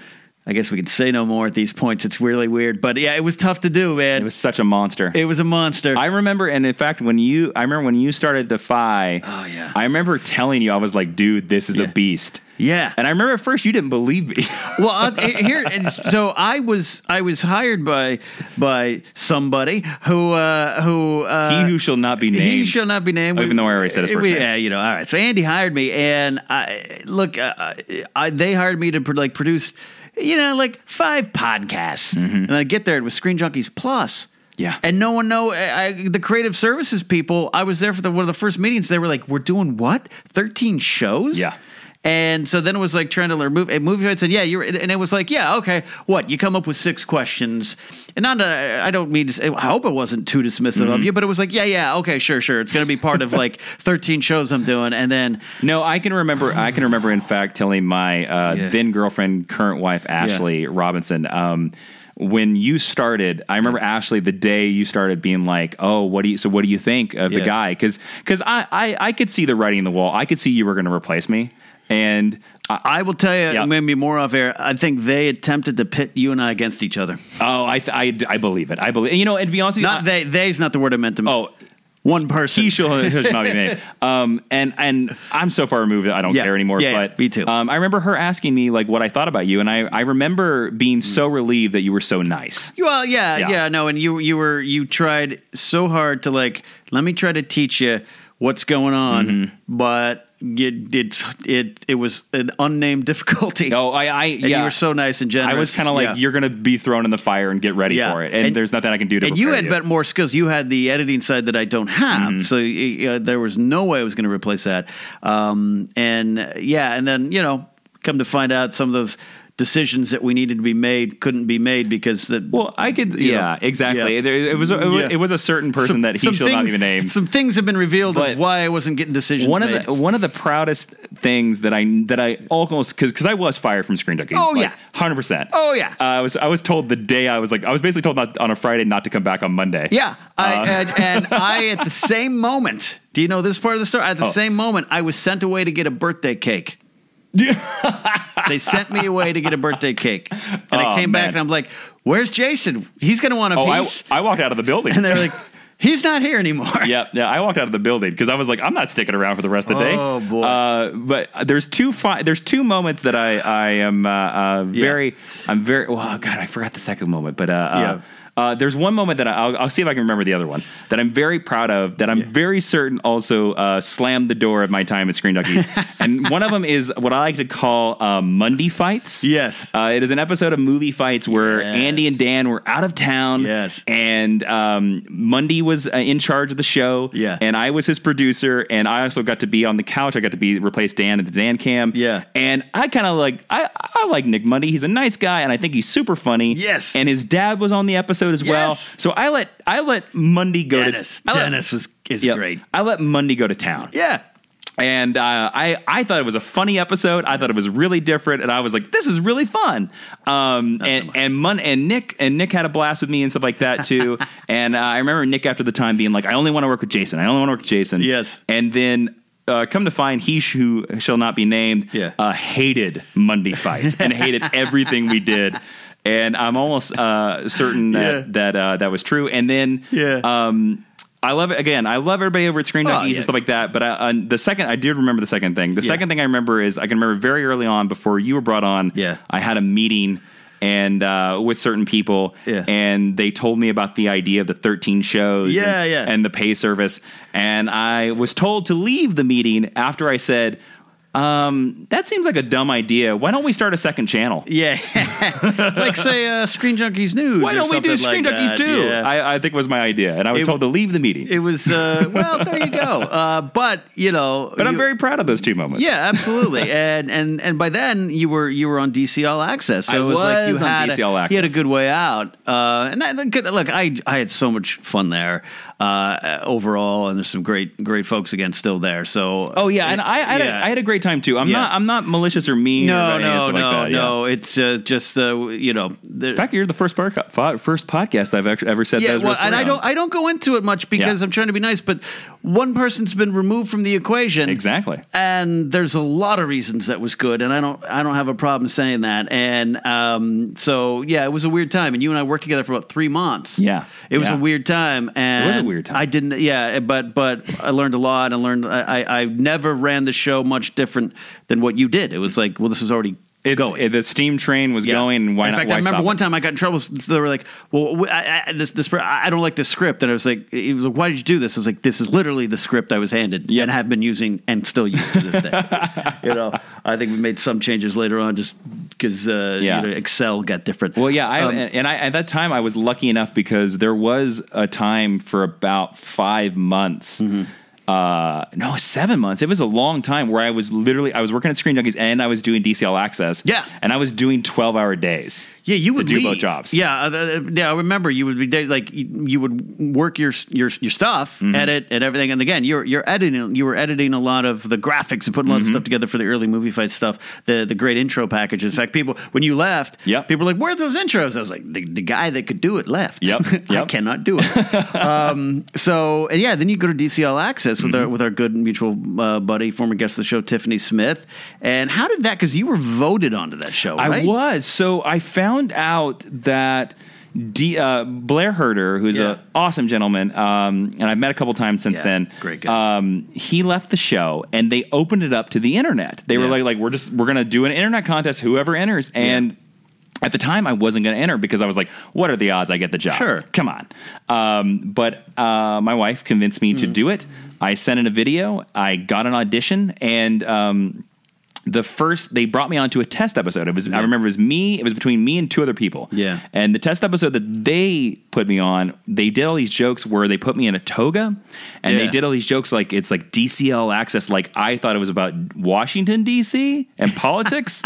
Speaker 1: I guess we could say no more at these points. It's really weird, but yeah, it was tough to do, man.
Speaker 2: it was such a monster.
Speaker 1: a monster.
Speaker 2: I remember, and in fact, when you, I remember when you started Defy.
Speaker 1: Oh, yeah.
Speaker 2: I remember telling you, I was like, dude, this is
Speaker 1: Yeah.
Speaker 2: a beast.
Speaker 1: yeah,
Speaker 2: And I remember at first you didn't believe me.
Speaker 1: well I'll, here and so i was i was hired by by somebody who uh who uh
Speaker 2: he who shall not be named.
Speaker 1: he shall not be named.
Speaker 2: Even though I already said his first
Speaker 1: we-
Speaker 2: name.
Speaker 1: Yeah, you know. All right. So Andy hired me, and I look. Uh, I, I they hired me to pro- like produce, you know, like five podcasts, and I get there. It was Screen Junkies Plus.
Speaker 2: Mm-hmm. Yeah.
Speaker 1: and no one know I, I- the creative services people. I was there for the, one of the first meetings. They were like, "We're doing what? Thirteen shows?"
Speaker 2: Yeah.
Speaker 1: And so then it was like trying to learn move and movie. I said, "Yeah, you're," and it was like, "Yeah, okay, what? You come up with six questions." And not, uh, I don't mean to. Say, I hope it wasn't too dismissive
Speaker 2: Mm-hmm.
Speaker 1: of you, but it was like, "Yeah, yeah, okay, sure, sure." It's going to be part of like thirteen shows I'm doing, and then
Speaker 2: No, I can remember. I can remember. In fact, telling my uh,
Speaker 1: Yeah.
Speaker 2: then girlfriend, current wife Ashley Robinson, um, when you started. I remember Ashley the day you started being like, "Oh, what do you? So what do you think of
Speaker 1: Yeah.
Speaker 2: the guy?" Because I, I I could see the writing on the wall. I could see you were going to replace me, and uh, I,
Speaker 1: I will tell you,
Speaker 2: Yeah.
Speaker 1: maybe more off air. I think they attempted to pit you and I against each other.
Speaker 2: oh, I, th- I I believe it. I believe. You know, and to be honest with you,
Speaker 1: Not
Speaker 2: I-
Speaker 1: they. They's not the word I meant to.
Speaker 2: Oh,
Speaker 1: one person.
Speaker 2: he shall, he shall not be named. Um, and and I'm so far removed that I don't
Speaker 1: Yeah.
Speaker 2: care anymore.
Speaker 1: Yeah, yeah.
Speaker 2: but
Speaker 1: Me too.
Speaker 2: Um, I remember her asking me like what I thought about you, and I I remember being
Speaker 1: Mm.
Speaker 2: so relieved that you were so nice.
Speaker 1: Well, yeah, yeah,
Speaker 2: Yeah.
Speaker 1: no, and you you were you tried so hard to like let me try to teach you what's going on,
Speaker 2: Mm-hmm.
Speaker 1: but it it it, it was an unnamed difficulty.
Speaker 2: No, I I
Speaker 1: and
Speaker 2: Oh, yeah.
Speaker 1: you were so nice and generous.
Speaker 2: I was kind of like
Speaker 1: Yeah.
Speaker 2: you're gonna be thrown in the fire and get ready
Speaker 1: Yeah.
Speaker 2: for it, and,
Speaker 1: And-
Speaker 2: there's nothing I can do to.
Speaker 1: and you
Speaker 2: prepare Mm-hmm.
Speaker 1: had bet more skills. You had the editing side that I don't have, so you, uh, there was no way I was going to replace that. Um, and uh, yeah, and then you know, come to find out, some of those decisions that we needed to be made couldn't be made because that
Speaker 2: Well, I could.
Speaker 1: you
Speaker 2: Yeah,
Speaker 1: know.
Speaker 2: exactly.
Speaker 1: Yeah.
Speaker 2: There- it was a, it, was,
Speaker 1: Yeah.
Speaker 2: it was a certain person that he
Speaker 1: some
Speaker 2: shall not
Speaker 1: things-
Speaker 2: be named.
Speaker 1: Some things have been revealed
Speaker 2: But
Speaker 1: of why I wasn't getting decisions.
Speaker 2: one
Speaker 1: made.
Speaker 2: of the oh, one of the proudest things that I that I almost because because I was fired from Screen Junkies.
Speaker 1: Oh, yeah.
Speaker 2: hundred percent.
Speaker 1: Oh, yeah.
Speaker 2: Uh, I was I was told the day I was like I was basically told not, on a Friday not to come back on Monday.
Speaker 1: yeah, I,
Speaker 2: Uh.
Speaker 1: and, and I at the same moment. Do you know this part of the story? At the
Speaker 2: Oh.
Speaker 1: same moment, I was sent away to get a birthday cake. they sent me away to get a birthday cake, and I
Speaker 2: Oh,
Speaker 1: came back
Speaker 2: man.
Speaker 1: and I'm like, "Where's Jason? He's going to want a
Speaker 2: Oh, I,
Speaker 1: piece."
Speaker 2: I walked out of the building.
Speaker 1: and they're like, "He's not here anymore."
Speaker 2: yeah, yeah. I walked out of the building because I was like, I'm not sticking around for the rest of the day.
Speaker 1: Oh, boy.
Speaker 2: Uh, but there's two fi- there's two moments that I I am uh, uh, very I'm very well. God, I forgot the second moment, but uh, uh, uh, there's one moment that I, I'll, I'll see if I can remember the other one that I'm very proud of. That I'm very certain also uh, slammed the door of my time at Screen Duckies, and one of them is what I like to call uh, Monday fights.
Speaker 1: Yes.
Speaker 2: uh, it is an episode of Movie Fights where
Speaker 1: Yes.
Speaker 2: Andy and Dan were out of town.
Speaker 1: Yes.
Speaker 2: and um, Mundy was uh, in charge of the show.
Speaker 1: Yeah.
Speaker 2: and I was his producer, and I also got to be on the couch. I got to be replace Dan at the Dan cam.
Speaker 1: Yeah.
Speaker 2: and I kind of like I I like Nick Mundy. He's a nice guy, and I think he's super funny.
Speaker 1: Yes.
Speaker 2: and his dad was on the episode as well.
Speaker 1: Yes.
Speaker 2: So I let I let Mundy go
Speaker 1: Dennis.
Speaker 2: to I let-
Speaker 1: Dennis was is
Speaker 2: Yep.
Speaker 1: great.
Speaker 2: I let Mundy go to town
Speaker 1: Yeah.
Speaker 2: and uh, I I thought it was a funny episode. I thought it was really different, and I was like, "This is really fun." Um, and and Mun and Nick and Nick had a blast with me and stuff like that too. and uh, I remember Nick after the time being like, "I only want to work with Jason. I only want to work with Jason."
Speaker 1: Yes.
Speaker 2: And then. Uh, come to find, he sh- who shall not be named
Speaker 1: Yeah.
Speaker 2: uh, hated Monday fights and hated everything we did, and I'm almost uh, certain
Speaker 1: Yeah.
Speaker 2: that that uh, that was true. And then
Speaker 1: Yeah.
Speaker 2: um, I love it again. I love everybody over at Screen
Speaker 1: Oh,
Speaker 2: Junkies
Speaker 1: yeah.
Speaker 2: and stuff like that. But I, uh, the second I did remember the second thing. The
Speaker 1: Yeah.
Speaker 2: second thing I remember is I can remember very early on before you were brought on.
Speaker 1: Yeah.
Speaker 2: I had a meeting and uh, with certain people,
Speaker 1: Yeah.
Speaker 2: and they told me about the idea of the thirteen shows.
Speaker 1: Yeah,
Speaker 2: and,
Speaker 1: yeah.
Speaker 2: and the pay service. And I was told to leave the meeting after I said. Um, that seems like a dumb idea. Why don't we start a second channel?
Speaker 1: Yeah, like say uh, Screen Junkies News.
Speaker 2: Why
Speaker 1: or
Speaker 2: don't we do
Speaker 1: something
Speaker 2: Screen
Speaker 1: like
Speaker 2: Duckies
Speaker 1: that.
Speaker 2: too?
Speaker 1: Yeah.
Speaker 2: I, I think was my idea, and I was
Speaker 1: It-
Speaker 2: told to leave the meeting.
Speaker 1: It was uh, well. There you go. Uh, but you know,
Speaker 2: but I'm
Speaker 1: you-
Speaker 2: very proud of those two moments.
Speaker 1: yeah, absolutely. and and and by then you were you were on DC All Access. So
Speaker 2: I
Speaker 1: it was, like you
Speaker 2: was on
Speaker 1: had
Speaker 2: DC All
Speaker 1: a, you had a
Speaker 2: Access.
Speaker 1: good way out. Uh, and I, and good, look, I I had so much fun there uh, overall, and there's some great great folks again still there. So
Speaker 2: Oh yeah, and I, I, had,
Speaker 1: yeah.
Speaker 2: a, I had a great time too. I'm
Speaker 1: Yeah.
Speaker 2: not I'm not malicious or mean. or
Speaker 1: no
Speaker 2: anything
Speaker 1: no no
Speaker 2: like that, yeah.
Speaker 1: no. It's uh, just uh, you know. there-
Speaker 2: In fact, you're the first bar, fo- first podcast I've actually ever said that. was
Speaker 1: and I
Speaker 2: around.
Speaker 1: don't I don't go into it much because
Speaker 2: Yeah.
Speaker 1: I'm trying to be nice, but one person's been removed from the equation.
Speaker 2: exactly.
Speaker 1: And there's a lot of reasons that was good, and I don't I don't have a problem saying that. And um, so yeah, it was a weird time, and you and I worked together for about three months.
Speaker 2: Yeah.
Speaker 1: it was
Speaker 2: Yeah.
Speaker 1: a weird time, and
Speaker 2: It was a weird time.
Speaker 1: I didn't, yeah, but but I learned a lot. and learned I I, I never ran the show much different than what you did. It was like, well, this was already
Speaker 2: It's,
Speaker 1: going.
Speaker 2: it- the steam train was
Speaker 1: Yeah.
Speaker 2: going. and Why
Speaker 1: in
Speaker 2: not?
Speaker 1: fact,
Speaker 2: why
Speaker 1: I remember
Speaker 2: stop
Speaker 1: one
Speaker 2: it?
Speaker 1: time I got in trouble. So they were like, "Well, wh- I, I, this, this, I don't like this script," and I was like, "He was like, why did you do this?" I was like, "This is literally the script I was handed
Speaker 2: Yep.
Speaker 1: and have been using and still use to this day." you know, I think we made some changes later on, just because uh,
Speaker 2: Yeah.
Speaker 1: you know, Excel got different.
Speaker 2: Well, yeah, I,
Speaker 1: Um,
Speaker 2: and and I at that time I was lucky enough because there was a time for about five months.
Speaker 1: Mm-hmm.
Speaker 2: Uh, no, seven months. It was a long time where I was literally I was working at Screen Junkies and I was doing DCL Access.
Speaker 1: Yeah.
Speaker 2: and I was doing twelve hour days.
Speaker 1: Yeah, you would
Speaker 2: do
Speaker 1: leave.
Speaker 2: both jobs.
Speaker 1: Yeah, uh, uh, yeah. I remember you would be there, like you, you would work your your your stuff,
Speaker 2: Mm-hmm.
Speaker 1: edit and everything. And again, you're you're editing. You were editing a lot of the graphics and putting a
Speaker 2: Mm-hmm.
Speaker 1: lot of stuff together for the early movie fight stuff. The the great intro packages. In fact, people when you left,
Speaker 2: Yep.
Speaker 1: people were like, "Where's those intros?" I was like, "The, the guy that could do it left.
Speaker 2: Yep,
Speaker 1: I
Speaker 2: yep.
Speaker 1: cannot do it." um, so and yeah, then you go to DCL Access with
Speaker 2: Mm-hmm.
Speaker 1: our with our good mutual uh, buddy, former guest of the show, Tiffany Smith. And how did that? Because you were voted onto that show.
Speaker 2: I
Speaker 1: right?
Speaker 2: was. So I found out that D, uh, Blair Herder, who's
Speaker 1: Yeah.
Speaker 2: an awesome gentleman, um, and I've met a couple times since
Speaker 1: Yeah,
Speaker 2: then.
Speaker 1: great guy.
Speaker 2: Um, he left the show, and they opened it up to the internet. They were
Speaker 1: Yeah.
Speaker 2: like, like, we're just we're gonna do an internet contest. Whoever enters and. At the time, I wasn't going to enter because I was like, "What are the odds I get the job?"
Speaker 1: Sure.
Speaker 2: come on. Um, but uh, my wife convinced me
Speaker 1: Mm.
Speaker 2: to do it. I sent in a video. I got an audition, and um, the first they brought me onto a test episode. It was I remember it was me. It was between me and two other people.
Speaker 1: Yeah.
Speaker 2: And the test episode that they put me on, they did all these jokes where they put me in a toga, and
Speaker 1: Yeah.
Speaker 2: they did all these jokes like it's like DCL access. Like I thought it was about Washington D.C. and politics.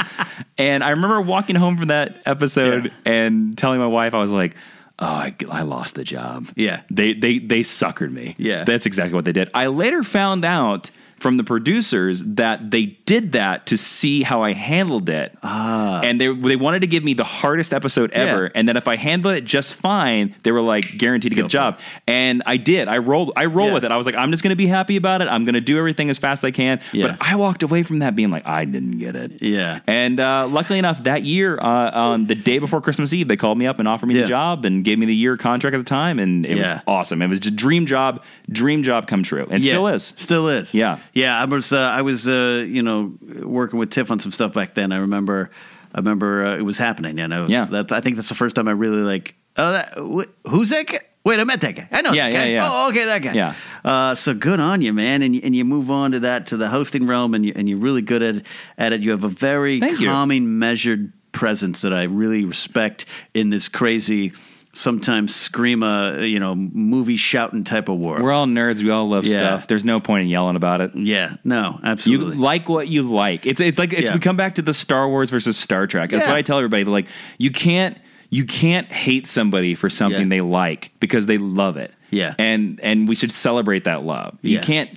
Speaker 2: and I remember walking home from that episode
Speaker 1: Yeah.
Speaker 2: and telling my wife, I was like. Oh, I, I lost the job.
Speaker 1: Yeah.
Speaker 2: they they they suckered me.
Speaker 1: Yeah.
Speaker 2: That's exactly what they did. I later found out from the producers that they did that to see how I handled it. Ah. And they they wanted to give me the hardest episode ever. And then if I handled it just fine, they were like guaranteed to get
Speaker 1: Go
Speaker 2: the
Speaker 1: for
Speaker 2: job. And I did. I rolled I rolled
Speaker 1: Yeah.
Speaker 2: with it. I was like, I'm just gonna be happy about it. I'm gonna do everything as fast as I can.
Speaker 1: Yeah.
Speaker 2: But I walked away from that being like, I didn't get it.
Speaker 1: Yeah.
Speaker 2: And uh, luckily enough, that year, uh, on the day before Christmas Eve, they called me up and offered me
Speaker 1: Yeah.
Speaker 2: the job and gave me the year contract at the time, and it
Speaker 1: Yeah.
Speaker 2: was awesome. It was a dream job, dream job come true, and still
Speaker 1: Yeah,
Speaker 2: is.
Speaker 1: Still is.
Speaker 2: Yeah.
Speaker 1: Yeah. I was, uh, I was, uh, you know, working with Tiff on some stuff back then. I remember, I remember uh, it was happening. And I was,
Speaker 2: Yeah.
Speaker 1: That's, I think that's the first time I really like, oh, that, wh- who's that guy? Wait, I met that guy. I know
Speaker 2: Yeah,
Speaker 1: that
Speaker 2: yeah,
Speaker 1: guy.
Speaker 2: yeah.
Speaker 1: Oh, okay, that guy.
Speaker 2: Yeah.
Speaker 1: Uh, so good on you, man. And, you- and you move on to that, to the hosting realm, and, you, and you're really good at, at it. You have a very
Speaker 2: Thank you.
Speaker 1: calming, measured presence that I really respect in this crazy, sometimes scream a, you know, movie shouting type of war.
Speaker 2: We're all nerds. We all love
Speaker 1: Yeah.
Speaker 2: stuff. There's no point in yelling about it.
Speaker 1: Yeah, no,
Speaker 2: You
Speaker 1: absolutely.
Speaker 2: like what you like. It's it's like it's
Speaker 1: Yeah.
Speaker 2: we come back to the Star Wars versus Star Trek. That's
Speaker 1: Yeah.
Speaker 2: what I tell everybody. Like you can't you can't hate somebody for something
Speaker 1: Yeah.
Speaker 2: they like because they love it.
Speaker 1: Yeah.
Speaker 2: and and we should celebrate that love.
Speaker 1: Yeah.
Speaker 2: You can't.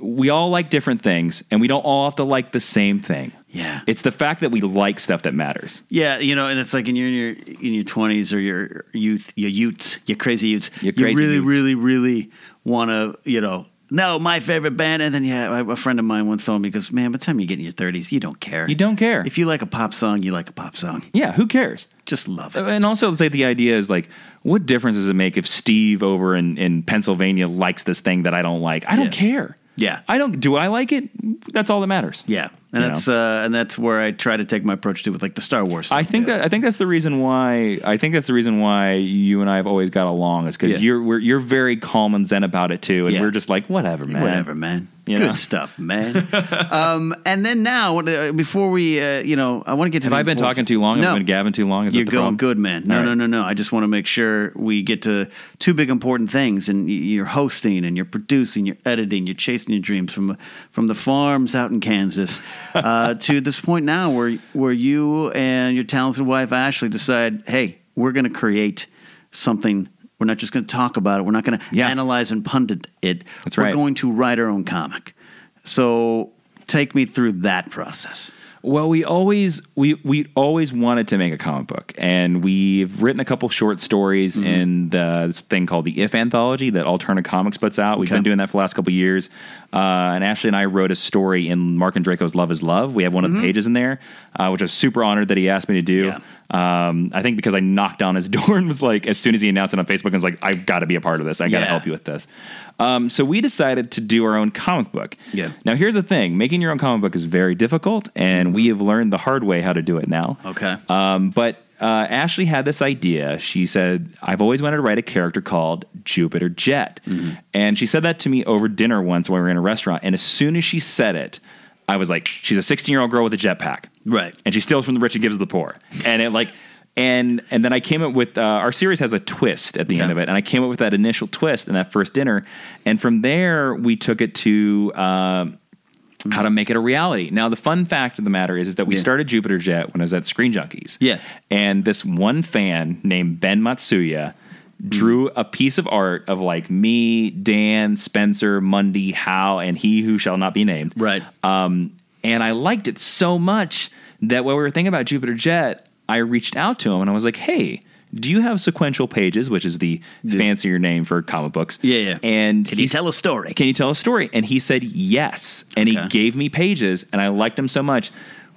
Speaker 2: We all like different things, and we don't all have to like the same thing.
Speaker 1: Yeah.
Speaker 2: it's the fact that we like stuff that matters.
Speaker 1: yeah, you know, and it's like in your in your in your twenties or your youth, your youths, your crazy youths.
Speaker 2: Your
Speaker 1: you
Speaker 2: crazy
Speaker 1: really,
Speaker 2: youths.
Speaker 1: really, really want to, you know. No, my favorite band, and then yeah, I- a friend of mine once told me, "Because man, by the time you get in your thirties, you don't care.
Speaker 2: You don't care.
Speaker 1: If you like a pop song, you like a pop song.
Speaker 2: Yeah, who cares?
Speaker 1: Just love it.
Speaker 2: And also, let's say the idea is like, what difference does it make if Steve over in, in Pennsylvania likes this thing that I don't like? I don't
Speaker 1: Yeah.
Speaker 2: care.
Speaker 1: Yeah.
Speaker 2: I don't. Do I like it? That's all that matters.
Speaker 1: Yeah, and
Speaker 2: You
Speaker 1: that's
Speaker 2: know?
Speaker 1: uh, and that's where I try to take my approach to with like the Star Wars.
Speaker 2: I think that I think that's the reason why I think that's the reason why you and I have always got along is because
Speaker 1: Yeah.
Speaker 2: you're we're, you're very calm and zen about it too, and
Speaker 1: Yeah.
Speaker 2: we're just like whatever, man.
Speaker 1: Whatever, man.
Speaker 2: You
Speaker 1: Good
Speaker 2: know?
Speaker 1: stuff, man. um, and then now, uh, before we, uh, you know, I want to get to.
Speaker 2: Have
Speaker 1: the
Speaker 2: I been
Speaker 1: important-
Speaker 2: talking too long? Have I been gabbing too long? Is that
Speaker 1: You're
Speaker 2: the
Speaker 1: going
Speaker 2: problem?
Speaker 1: good, man. No,
Speaker 2: All right.
Speaker 1: no, no, no. I just want to make sure we get to two big important things, and y- you're hosting, and you're producing, you're editing, you're chasing your dreams from from the farms out in Kansas uh, to this point now, where where you and your talented wife Ashley decide, hey, we're going to create something. We're not just going to talk about it. We're not going to
Speaker 2: Yeah.
Speaker 1: analyze and pundit it.
Speaker 2: That's
Speaker 1: we're
Speaker 2: right.
Speaker 1: going to write our own comic. So take me through that process.
Speaker 2: Well, we always we we always wanted to make a comic book, and we've written a couple short stories
Speaker 1: Mm-hmm.
Speaker 2: in the this thing called the If Anthology that Alternate Comics puts out. We've
Speaker 1: Okay.
Speaker 2: been doing that for the last couple years, uh, and Ashley and I wrote a story in Mark and Draco's Love Is Love. We have one of the pages in there, uh, which I was super honored that he asked me to do.
Speaker 1: Mm-hmm. Yeah.
Speaker 2: Um, I think because I knocked on his door and was like, as soon as he announced it on Facebook, I was like, I've got to be a part of this. I got to
Speaker 1: Yeah.
Speaker 2: help you with this. Um, so we decided to do our own comic book.
Speaker 1: Yeah.
Speaker 2: Now, here's the thing making your own comic book is very difficult, and we have learned the hard way how to do it now.
Speaker 1: Okay.
Speaker 2: Um, but uh, Ashley had this idea. She said, I've always wanted to write a character called Jupiter
Speaker 1: Mm-hmm.
Speaker 2: Jet. And she said that to me over dinner once when we were in a restaurant. And as soon as she said it, I was like, she's a 16 year old girl with a jetpack,
Speaker 1: Right.
Speaker 2: And she steals from the rich and gives to the poor, and it like. And and then I came up with uh, our series has a twist at the
Speaker 1: Okay.
Speaker 2: end of it, and I came up with that initial twist in that first dinner, and from there we took it to uh, how to make it a reality. Now the fun fact of the matter is, is that we
Speaker 1: Mm-hmm. Yeah.
Speaker 2: started Jupiter Jet when I was at Screen Junkies,
Speaker 1: Yeah.
Speaker 2: and this one fan named Ben Matsuya drew
Speaker 1: Mm-hmm.
Speaker 2: a piece of art of like me, Dan, Spencer, Mundy, Howe, and he who shall not be named.
Speaker 1: Right.
Speaker 2: Um, and I liked it so much that when we were thinking about Jupiter Jet, I reached out to him and I was like, hey, do you have sequential pages, which is the fancier name for comic books?
Speaker 1: Yeah, yeah.
Speaker 2: And
Speaker 1: Can you
Speaker 2: he's-
Speaker 1: tell a story?
Speaker 2: Can you tell a story? And he said yes. And
Speaker 1: Okay.
Speaker 2: he gave me pages, and I liked him so much.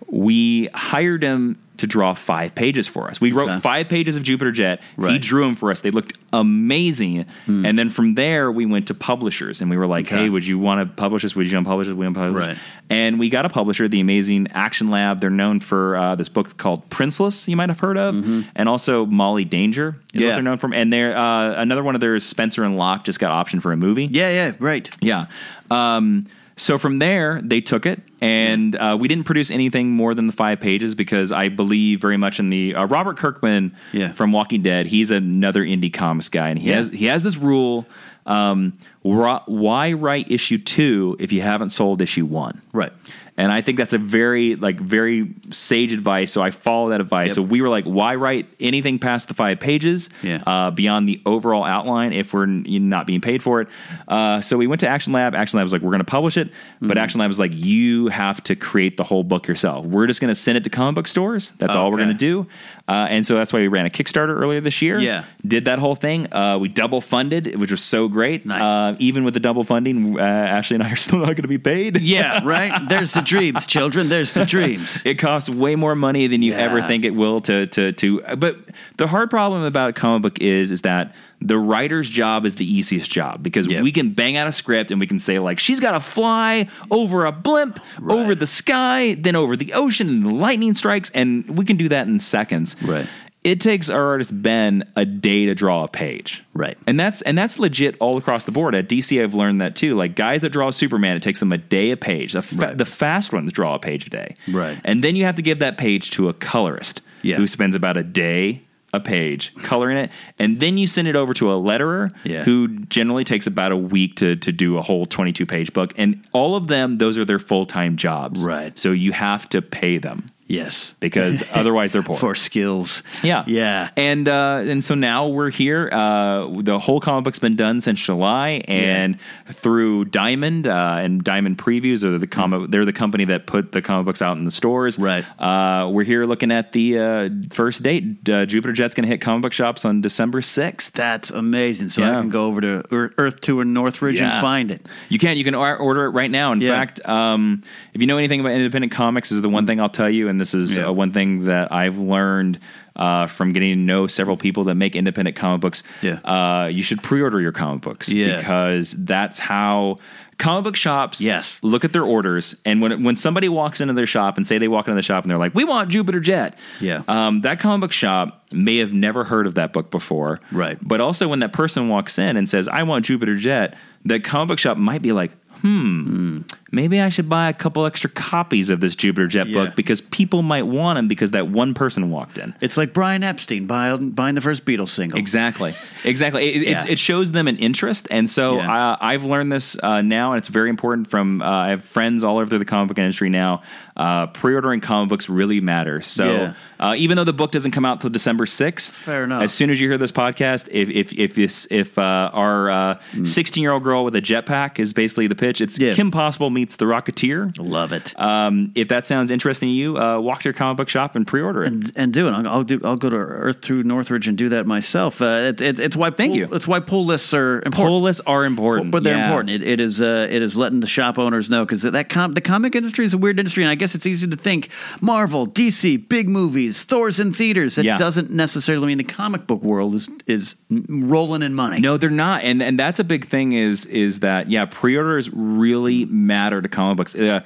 Speaker 2: We hired him to draw five pages for us. We wrote
Speaker 1: Okay.
Speaker 2: five pages of Jupiter Jet. He
Speaker 1: Right. Hmm.
Speaker 2: drew them for us. They looked amazing. And then from there, we went to publishers and we were like,
Speaker 1: Okay.
Speaker 2: hey, would you want to publish this? Would you want to publish this? Would you want to publish this?
Speaker 1: Right.
Speaker 2: And we got a publisher, the amazing Action Lab. They're known for uh, this book called Princeless, you might have heard of, and also Molly Danger is
Speaker 1: Mm-hmm. Yeah.
Speaker 2: what they're known from. And they're, uh, another one of theirs, Spencer and Locke, just got optioned for a movie.
Speaker 1: Yeah, yeah, right.
Speaker 2: Yeah. Um, so from there, they took it, and uh, we didn't produce anything more than the five pages because I believe very much in the uh, Robert Kirkman
Speaker 1: Yeah.
Speaker 2: from Walking Dead. He's another indie comics guy, and he has he has this rule: um, why why write issue two if you haven't sold issue one?
Speaker 1: Right.
Speaker 2: And I think that's a very like very sage advice. So I follow that advice.
Speaker 1: Yep.
Speaker 2: So we were like, why write anything past the five pages?
Speaker 1: Yeah.
Speaker 2: Uh, beyond the overall outline, if we're n- not being paid for it, uh, so we went to Action Lab. Action Lab was like, "We're going to publish it,"
Speaker 1: Mm-hmm.
Speaker 2: but Action Lab was like, "You have to create the whole book yourself. We're just going to send it to comic book stores. That's all we're
Speaker 1: Okay.
Speaker 2: going to do." Uh, and so that's why we ran a Kickstarter earlier this year.
Speaker 1: Yeah.
Speaker 2: did that whole thing. Uh, we double funded, which was so great.
Speaker 1: Nice.
Speaker 2: Uh, even with the double funding, uh, Ashley and I are still not going to be paid.
Speaker 1: Yeah, right. There's the dreams, children. There's the dreams.
Speaker 2: It costs way more money than you
Speaker 1: Yeah.
Speaker 2: ever think it will to to to. But the hard problem about comic book is is that the writer's job is the easiest job because
Speaker 1: Yeah.
Speaker 2: we can bang out a script and we can say like she's got to fly over a blimp,
Speaker 1: Right.
Speaker 2: over the sky, then over the ocean, and the lightning strikes, and we can do that in seconds.
Speaker 1: Right.
Speaker 2: It takes our artist Ben a day to draw a page.
Speaker 1: Right.
Speaker 2: And that's and that's legit all across the board. At DC, I've learned that too. Like guys that draw Superman, it takes them a day a page. The, fa-
Speaker 1: Right.
Speaker 2: the fast ones draw a page a day.
Speaker 1: Right.
Speaker 2: And then you have to give that page to a colorist
Speaker 1: Yeah.
Speaker 2: who spends about a day a page coloring it, and then you send it over to a letterer
Speaker 1: Yeah.
Speaker 2: who generally takes about a week to to do a whole twenty two page book. And all of them, those are their full time jobs.
Speaker 1: Right.
Speaker 2: So you have to pay them
Speaker 1: Yes.
Speaker 2: because otherwise they're poor.
Speaker 1: For skills.
Speaker 2: Yeah,
Speaker 1: Yeah.
Speaker 2: and uh, and so now we're here. Uh, the whole comic book's been done since July, and through Diamond uh, and Diamond Previews are the comic. They're the company that put the comic books out in the stores.
Speaker 1: Right.
Speaker 2: Uh, we're here looking at the uh, first date. Uh, Jupiter Jet's going to hit comic book shops on December sixth.
Speaker 1: That's amazing. So I
Speaker 2: Yeah.
Speaker 1: can go over to Ear- Earth Tour Northridge and
Speaker 2: Yeah.
Speaker 1: find it.
Speaker 2: You can you can or- order it right now. In
Speaker 1: Yeah.
Speaker 2: fact, um, if you know anything about independent comics, is the one thing I'll tell you, and this is
Speaker 1: Yeah.
Speaker 2: uh, one thing that I've learned uh, from getting to know several people that make independent comic books.
Speaker 1: Yeah.
Speaker 2: Uh, you should pre-order your comic books
Speaker 1: Yeah.
Speaker 2: because that's how comic book shops
Speaker 1: Yes.
Speaker 2: look at their orders. And when when somebody walks into their shop and say they walk into the shop and they're like, "We want Jupiter Jet,"
Speaker 1: Yeah.
Speaker 2: um, that comic book shop may have never heard of that book before,
Speaker 1: Right.
Speaker 2: But also, when that person walks in and says, "I want Jupiter Jet," that comic book shop might be like, "Hmm, maybe I should buy a couple extra copies of this Jupiter Jet
Speaker 1: Yeah.
Speaker 2: book because people might want them because that one person walked in.
Speaker 1: It's like Brian Epstein buying, buying the first Beatles single.
Speaker 2: Exactly, exactly. It, it's-
Speaker 1: Yeah.
Speaker 2: it shows them an interest, and so
Speaker 1: Yeah.
Speaker 2: uh, I've learned this uh, now, and it's very important. From uh, I have friends all over the comic book industry now. Uh, pre-ordering comic books really matters. So
Speaker 1: Yeah.
Speaker 2: uh, even though the book doesn't come out till December sixth,
Speaker 1: Fair enough.
Speaker 2: As soon as you hear this podcast, if if if this, if uh, our sixteen-year-old girl with a jetpack is basically the pitch, it's
Speaker 1: Mm. Yeah.
Speaker 2: Kim Possible meets the Rocketeer.
Speaker 1: Love it.
Speaker 2: Um, if that sounds interesting to you, uh, walk to your comic book shop and pre-order it.
Speaker 1: and, and do it. I'll, I'll do. I'll go to Earth through Northridge and do that myself. Uh, it, it, it's why.
Speaker 2: Thank
Speaker 1: pull,
Speaker 2: you.
Speaker 1: It's why pull lists are important.
Speaker 2: Pull lists are important,
Speaker 1: but they're
Speaker 2: Yeah.
Speaker 1: important. It, it is uh, it is letting the shop owners know because that com- the comic industry is a weird industry, and I guess it's easy to think Marvel, DC, big movies, Thor's in theaters. It
Speaker 2: Yeah.
Speaker 1: doesn't necessarily mean the comic book world is is rolling in money.
Speaker 2: No, they're not, and and that's a big thing. Is is that yeah? Pre-orders really matter to comic books. Uh,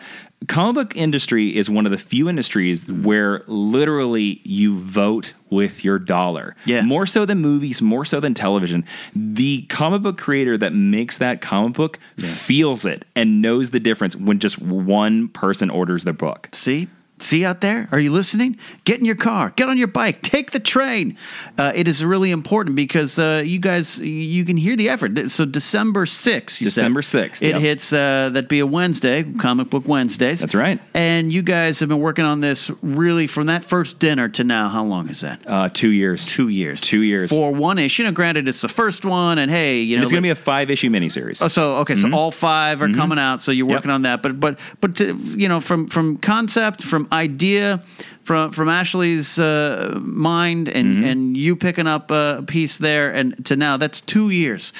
Speaker 2: comic book industry is one of the few industries
Speaker 1: Mm-hmm.
Speaker 2: where literally you vote with your dollar.
Speaker 1: Yeah.
Speaker 2: More so than movies, more so than television. The comic book creator that makes that comic book feels it and knows the difference when just one person orders the book.
Speaker 1: See? See out there? Are you listening? Get in your car. Get on your bike. Take the train. Uh, it is really important because uh, you guys, you can hear the effort. So December 6th, you said.
Speaker 2: December 6th,
Speaker 1: It
Speaker 2: yep.
Speaker 1: hits, uh, that'd be a Wednesday, Comic Book Wednesdays.
Speaker 2: That's right.
Speaker 1: And you guys have been working on this really from that first dinner to now. How long is that?
Speaker 2: Uh, two years.
Speaker 1: Two years.
Speaker 2: Two years.
Speaker 1: For one issue. You know, granted, it's the first one, and hey, you know.
Speaker 2: It's going to be a five issue miniseries.
Speaker 1: Oh, so okay, so all five are coming out. So you're
Speaker 2: Mm-hmm. Yep.
Speaker 1: working on that, but but but to, you know, from from concept, from idea, from from Ashley's uh, mind, and
Speaker 2: Mm-hmm.
Speaker 1: and you picking up a piece there, and to now, that's two years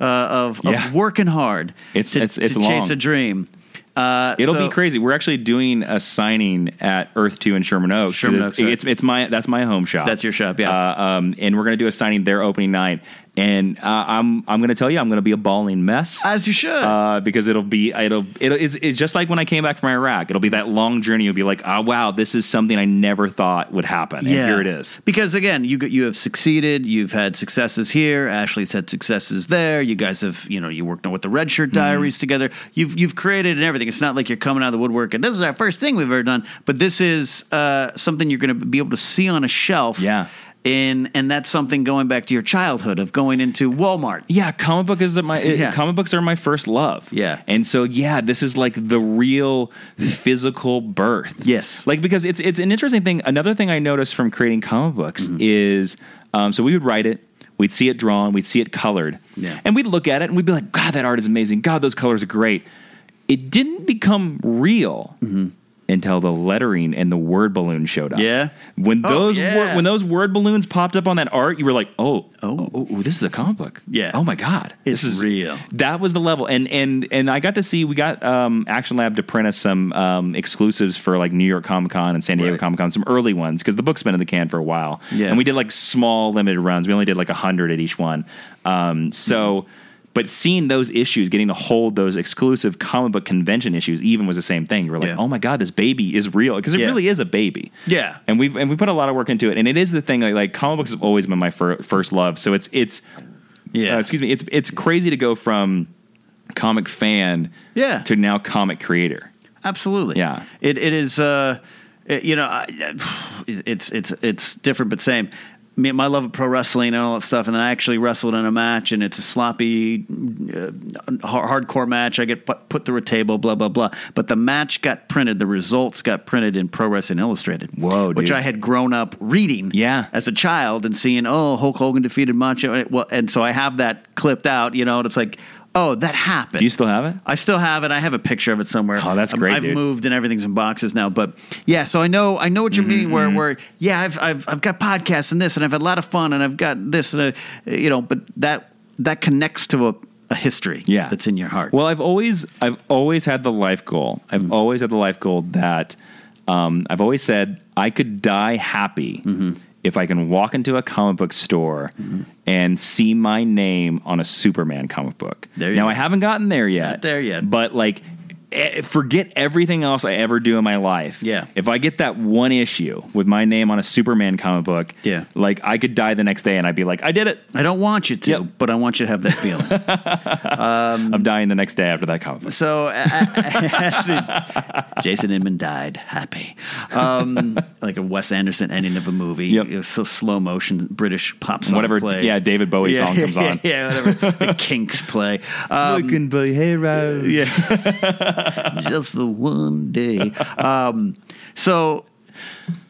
Speaker 1: uh, of,
Speaker 2: Yeah.
Speaker 1: of working hard.
Speaker 2: It's-
Speaker 1: to,
Speaker 2: it's- it's
Speaker 1: to chase
Speaker 2: long.
Speaker 1: a dream. Uh,
Speaker 2: It'll
Speaker 1: so-
Speaker 2: be crazy. We're actually doing a signing at Earth Two in Sherman Oaks. 'cause
Speaker 1: Sherman
Speaker 2: it's,
Speaker 1: Oaks, right.
Speaker 2: it's it's my that's my home shop.
Speaker 1: That's your shop, yeah.
Speaker 2: Uh, um, and we're gonna do a signing there opening night. And uh, I'm I'm gonna tell you I'm gonna be a bawling mess.
Speaker 1: as you should.
Speaker 2: uh, because it'll be it'll it'll it's, it's just like when I came back from Iraq. It'll be that long journey. You'll be like, oh wow, this is something I never thought would happen. And here it is.
Speaker 1: Because again, you you have succeeded. You've had successes here. Ashley's had successes there. You guys have you know you worked on with the Red Shirt
Speaker 2: Mm-hmm.
Speaker 1: Diaries together. You've you've created and everything. It's not like you're coming out of the woodwork and this is our first thing we've ever done. But this is uh, something you're going to be able to see on a shelf.
Speaker 2: Yeah.
Speaker 1: In and that's something going back to your childhood of going into Walmart.
Speaker 2: Yeah, comic book is my it-
Speaker 1: Yeah.
Speaker 2: comic books are my first love.
Speaker 1: Yeah.
Speaker 2: and so yeah, this is like the real physical birth.
Speaker 1: Yes.
Speaker 2: like because it's it's an interesting thing. Another thing I noticed from creating comic books
Speaker 1: Mm-hmm.
Speaker 2: is, um, so we would write it, we'd see it drawn, we'd see it colored,
Speaker 1: Yeah.
Speaker 2: and we'd look at it and we'd be like, God, that art is amazing. God, those colors are great. It didn't become real.
Speaker 1: Mm-hmm.
Speaker 2: Until the lettering and the word balloon showed up.
Speaker 1: Yeah.
Speaker 2: when
Speaker 1: Oh,
Speaker 2: those wor-
Speaker 1: yeah.
Speaker 2: when those word balloons popped up on that art, you were like, "Oh,
Speaker 1: Oh.
Speaker 2: oh, oh, this is a comic book.
Speaker 1: Yeah.
Speaker 2: Oh my god.
Speaker 1: It's
Speaker 2: this is
Speaker 1: real.
Speaker 2: That was the level. And and and I got to see we got um, Action Lab to print us some um, exclusives for like New York Comic Con and San Diego
Speaker 1: Right.
Speaker 2: Comic Con, some early ones because the book's been in the can for a while.
Speaker 1: Yeah.
Speaker 2: And we did like small limited runs. We only did like a hundred at each one. Um,
Speaker 1: Mm-hmm.
Speaker 2: so. But seeing those issues, getting to hold those exclusive comic book convention issues, even was the same thing. You were like,
Speaker 1: Yeah.
Speaker 2: "Oh my god, this baby is real," because it
Speaker 1: Yeah.
Speaker 2: really is a baby.
Speaker 1: Yeah.
Speaker 2: and uh, we've and we put a lot of work into it, and it is the thing. Like, like comic books have always been my fir- first love, so it's it's
Speaker 1: Yeah.
Speaker 2: uh, excuse me, it's it's crazy to go from comic fan
Speaker 1: Yeah.
Speaker 2: to now comic creator.
Speaker 1: Absolutely.
Speaker 2: Yeah.
Speaker 1: It it is. Uh, it- you know, I, it's it's it's different but same. Me, my love of pro wrestling and all that stuff, and then I actually wrestled in a match, and it's a sloppy, uh, hard, hardcore match. I get put, put through a table, blah blah blah. But the match got printed, the results got printed in Pro Wrestling Illustrated.
Speaker 2: Whoa,
Speaker 1: which
Speaker 2: dude.
Speaker 1: I had grown up reading,
Speaker 2: Yeah.
Speaker 1: as a child, and seeing, oh, Hulk Hogan defeated Macho, eh, well, and so I have that clipped out, you know, and it's like, oh, that happened.
Speaker 2: Do you still have it?
Speaker 1: I still have it. I have a picture of it somewhere.
Speaker 2: Oh, that's
Speaker 1: Um,
Speaker 2: great,
Speaker 1: I've
Speaker 2: dude.
Speaker 1: moved and everything's in boxes now, but yeah. So I know, I know what
Speaker 2: Mm-hmm,
Speaker 1: you're meaning. Where, where, yeah, I've, I've, I've got podcasts and this, and I've had a lot of fun, and I've got this, and I, you know, but that, that connects to a, a history,
Speaker 2: Yeah.
Speaker 1: that's in your heart. Mm-hmm.
Speaker 2: Well, I've always I've always had the life goal. I've always had the life goal that um, I've always said I could die happy
Speaker 1: Mm-hmm.
Speaker 2: if I can walk into a comic book store and see my name on a Superman comic book.
Speaker 1: There you
Speaker 2: now
Speaker 1: go.
Speaker 2: I haven't gotten there yet.
Speaker 1: Not there yet.
Speaker 2: But like eh, forget everything else I ever do in my life.
Speaker 1: Yeah.
Speaker 2: If I get that one issue with my name on a Superman comic book,
Speaker 1: Yeah.
Speaker 2: like I could die the next day and I'd be like, I did it.
Speaker 1: I don't want you to,
Speaker 2: Yep.
Speaker 1: but I want you to have that feeling. Mm-hmm.
Speaker 2: I'm dying the next day after that comic book.
Speaker 1: So a- a- actually, Jason Inman died happy, um, like a Wes Anderson ending of a movie.
Speaker 2: Yep.
Speaker 1: It was so slow motion British pop song.
Speaker 2: Whatever,
Speaker 1: plays.
Speaker 2: yeah, David Bowie song comes on.
Speaker 1: Yeah, whatever. the Kinks play. Um,
Speaker 2: Looking for heroes.
Speaker 1: yeah, just for one day. Um, so.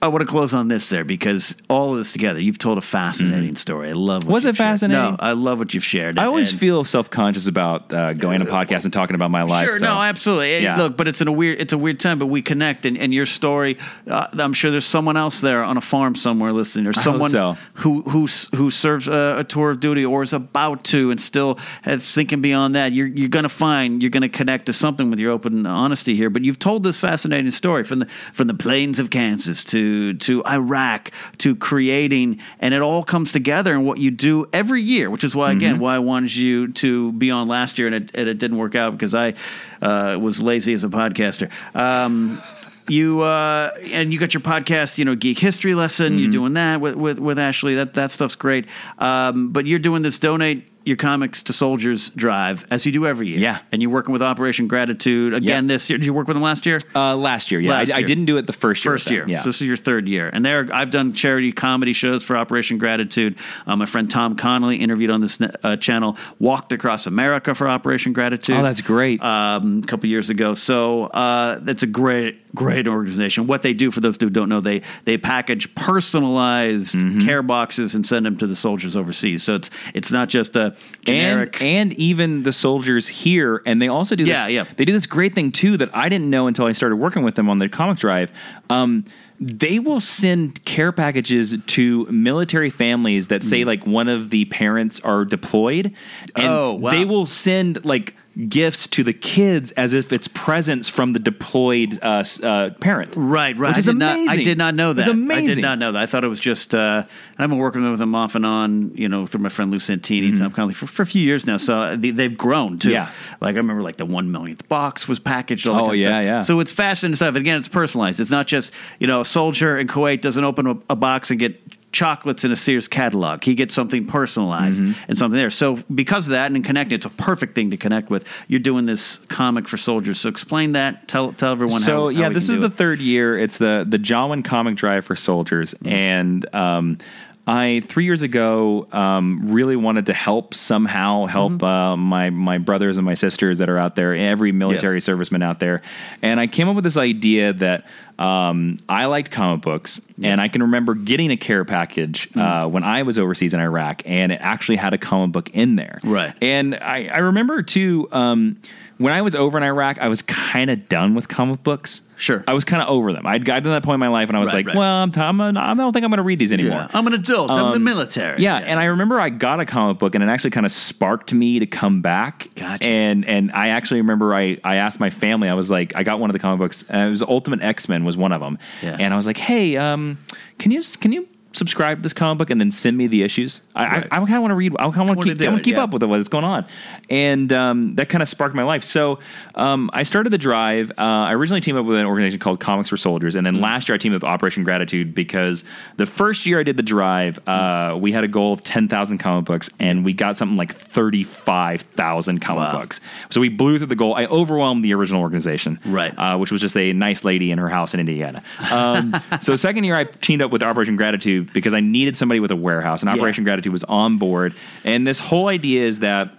Speaker 1: I want to close on this there because all of this together, you've told a fascinating story. I love. What
Speaker 2: Mm-hmm. Was
Speaker 1: you've
Speaker 2: it
Speaker 1: shared.
Speaker 2: fascinating?
Speaker 1: No, I love what you've shared.
Speaker 2: I always
Speaker 1: And-
Speaker 2: feel self conscious about uh, going on a podcast and talking about my life.
Speaker 1: Sure,
Speaker 2: so-
Speaker 1: no, absolutely. Hey,
Speaker 2: Yeah.
Speaker 1: Look, but it's in a weird, it's a weird time. But we connect, and, and your story. Uh, I'm sure there's someone else there on a farm somewhere listening, or someone
Speaker 2: so.
Speaker 1: who who s- who serves a, a tour of duty or is about to, and still has thinking beyond that. You're you're gonna find you're gonna connect to something with your open honesty here. But you've told this fascinating story from the from the plains of influences to to Iraq to creating, and it all comes together in what you do every year, which is why again why I wanted you to be on last year, and it, and it didn't work out because I uh, was lazy as a podcaster. Um, you uh, and you got your podcast, you know, Geek History Lesson. You're doing that with, with with Ashley. That that stuff's great. Um, but you're doing this donate your comics to soldiers drive as you do every year.
Speaker 2: Yeah.
Speaker 1: and you're working with Operation Gratitude again
Speaker 2: Yep.
Speaker 1: this year. Did you work with them last year?
Speaker 2: Uh, last year, yeah,
Speaker 1: Last
Speaker 2: I, I
Speaker 1: year.
Speaker 2: didn't do it the first year.
Speaker 1: First
Speaker 2: though.
Speaker 1: year.
Speaker 2: yeah.
Speaker 1: So this is your third year. And there, I've done charity comedy shows for Operation Gratitude. Uh, my friend Tom Connolly interviewed on this uh, channel, walked across America for Operation Gratitude.
Speaker 2: Oh, that's great.
Speaker 1: Um, a couple years ago. So uh, that's a great, great organization. What they do for those who don't know, they they package personalized
Speaker 2: Mm-hmm.
Speaker 1: care boxes and send them to the soldiers overseas. So it's it's not just a generic.
Speaker 2: and and even the soldiers here, and they also do
Speaker 1: Yeah,
Speaker 2: this,
Speaker 1: yeah.
Speaker 2: They do this great thing too that I didn't know until I started working with them on the comic drive. Um, they will send care packages to military families that
Speaker 1: Hmm.
Speaker 2: say like one of the parents are deployed, and
Speaker 1: Oh, wow.
Speaker 2: they will send like gifts to the kids as if it's presents from the deployed uh, s- uh, parent.
Speaker 1: Right, right.
Speaker 2: Which is
Speaker 1: I did
Speaker 2: amazing.
Speaker 1: Not, I did not know that.
Speaker 2: It's amazing.
Speaker 1: I did not know that. I thought it was just. Uh, I've been working with them off and on, you know, through my friend Lou Santini, Tom Conley, for, for a few years now. So uh, they, they've grown too.
Speaker 2: Mm-hmm. Yeah.
Speaker 1: Like I remember, like the one millionth box was packaged. All that
Speaker 2: Oh,
Speaker 1: kind of
Speaker 2: yeah,
Speaker 1: stuff.
Speaker 2: yeah.
Speaker 1: So it's fascinating stuff. And again, it's personalized. It's not just you know a soldier in Kuwait doesn't open a, a box and get chocolates in a Sears catalog. He gets something personalized
Speaker 2: Mm-hmm.
Speaker 1: and something there. So because of that and connecting, it's a perfect thing to connect with. You're doing this comic for soldiers. So explain that. Tell tell everyone.
Speaker 2: So
Speaker 1: how,
Speaker 2: yeah,
Speaker 1: how we
Speaker 2: this
Speaker 1: can
Speaker 2: is
Speaker 1: do
Speaker 2: the
Speaker 1: it.
Speaker 2: third year. It's the the Jawan comic drive for soldiers,
Speaker 1: Mm-hmm.
Speaker 2: and um, I three years ago um, really wanted to help somehow help
Speaker 1: Mm-hmm.
Speaker 2: uh, my my brothers and my sisters that are out there, every military serviceman out there, and I came up with this idea that. Um, I liked comic books, and I can remember getting a care package
Speaker 1: Mm-hmm.
Speaker 2: uh, when I was overseas in Iraq, and it actually had a comic book in there.
Speaker 1: Right.
Speaker 2: And I, I remember too, um, when I was over in Iraq, I was kind of done with comic books.
Speaker 1: Sure.
Speaker 2: I was kind of over them. I'd gotten to that point in my life and I was
Speaker 1: Right,
Speaker 2: like,
Speaker 1: right.
Speaker 2: well, I'm, t- I'm, I am i am do not think I'm going to read these anymore.
Speaker 1: Yeah. I'm an adult. I'm in the military.
Speaker 2: Um, Yeah, and I remember I got a comic book, and it actually kind of sparked me to come back.
Speaker 1: Gotcha.
Speaker 2: And and I actually remember I I asked my family. I was like, I got one of the comic books. And it was Ultimate X Men was one of them.
Speaker 1: Yeah.
Speaker 2: And I was like, hey, um, can you can you subscribe to this comic book and then send me the issues? I
Speaker 1: Right.
Speaker 2: I, I kind of want to read. I kind of want
Speaker 1: wanna
Speaker 2: to keep,
Speaker 1: do
Speaker 2: I wanna
Speaker 1: it,
Speaker 2: keep
Speaker 1: yeah.
Speaker 2: up with what's going on, and um, that kind of sparked my life. So um, I started the drive. Uh, I originally teamed up with an organization called Comics for Soldiers, and then
Speaker 1: Mm-hmm.
Speaker 2: last year I teamed up with Operation Gratitude because the first year I did the drive, uh, we had a goal of ten thousand comic books, and we got something like thirty five thousand comic
Speaker 1: Wow.
Speaker 2: books. So we blew through the goal. I overwhelmed the original organization,
Speaker 1: Right.
Speaker 2: Uh, which was just a nice lady in her house in Indiana. Um, so second year I teamed up with Operation Gratitude because I needed somebody with a warehouse, and Operation Gratitude was on board. And this whole idea is that.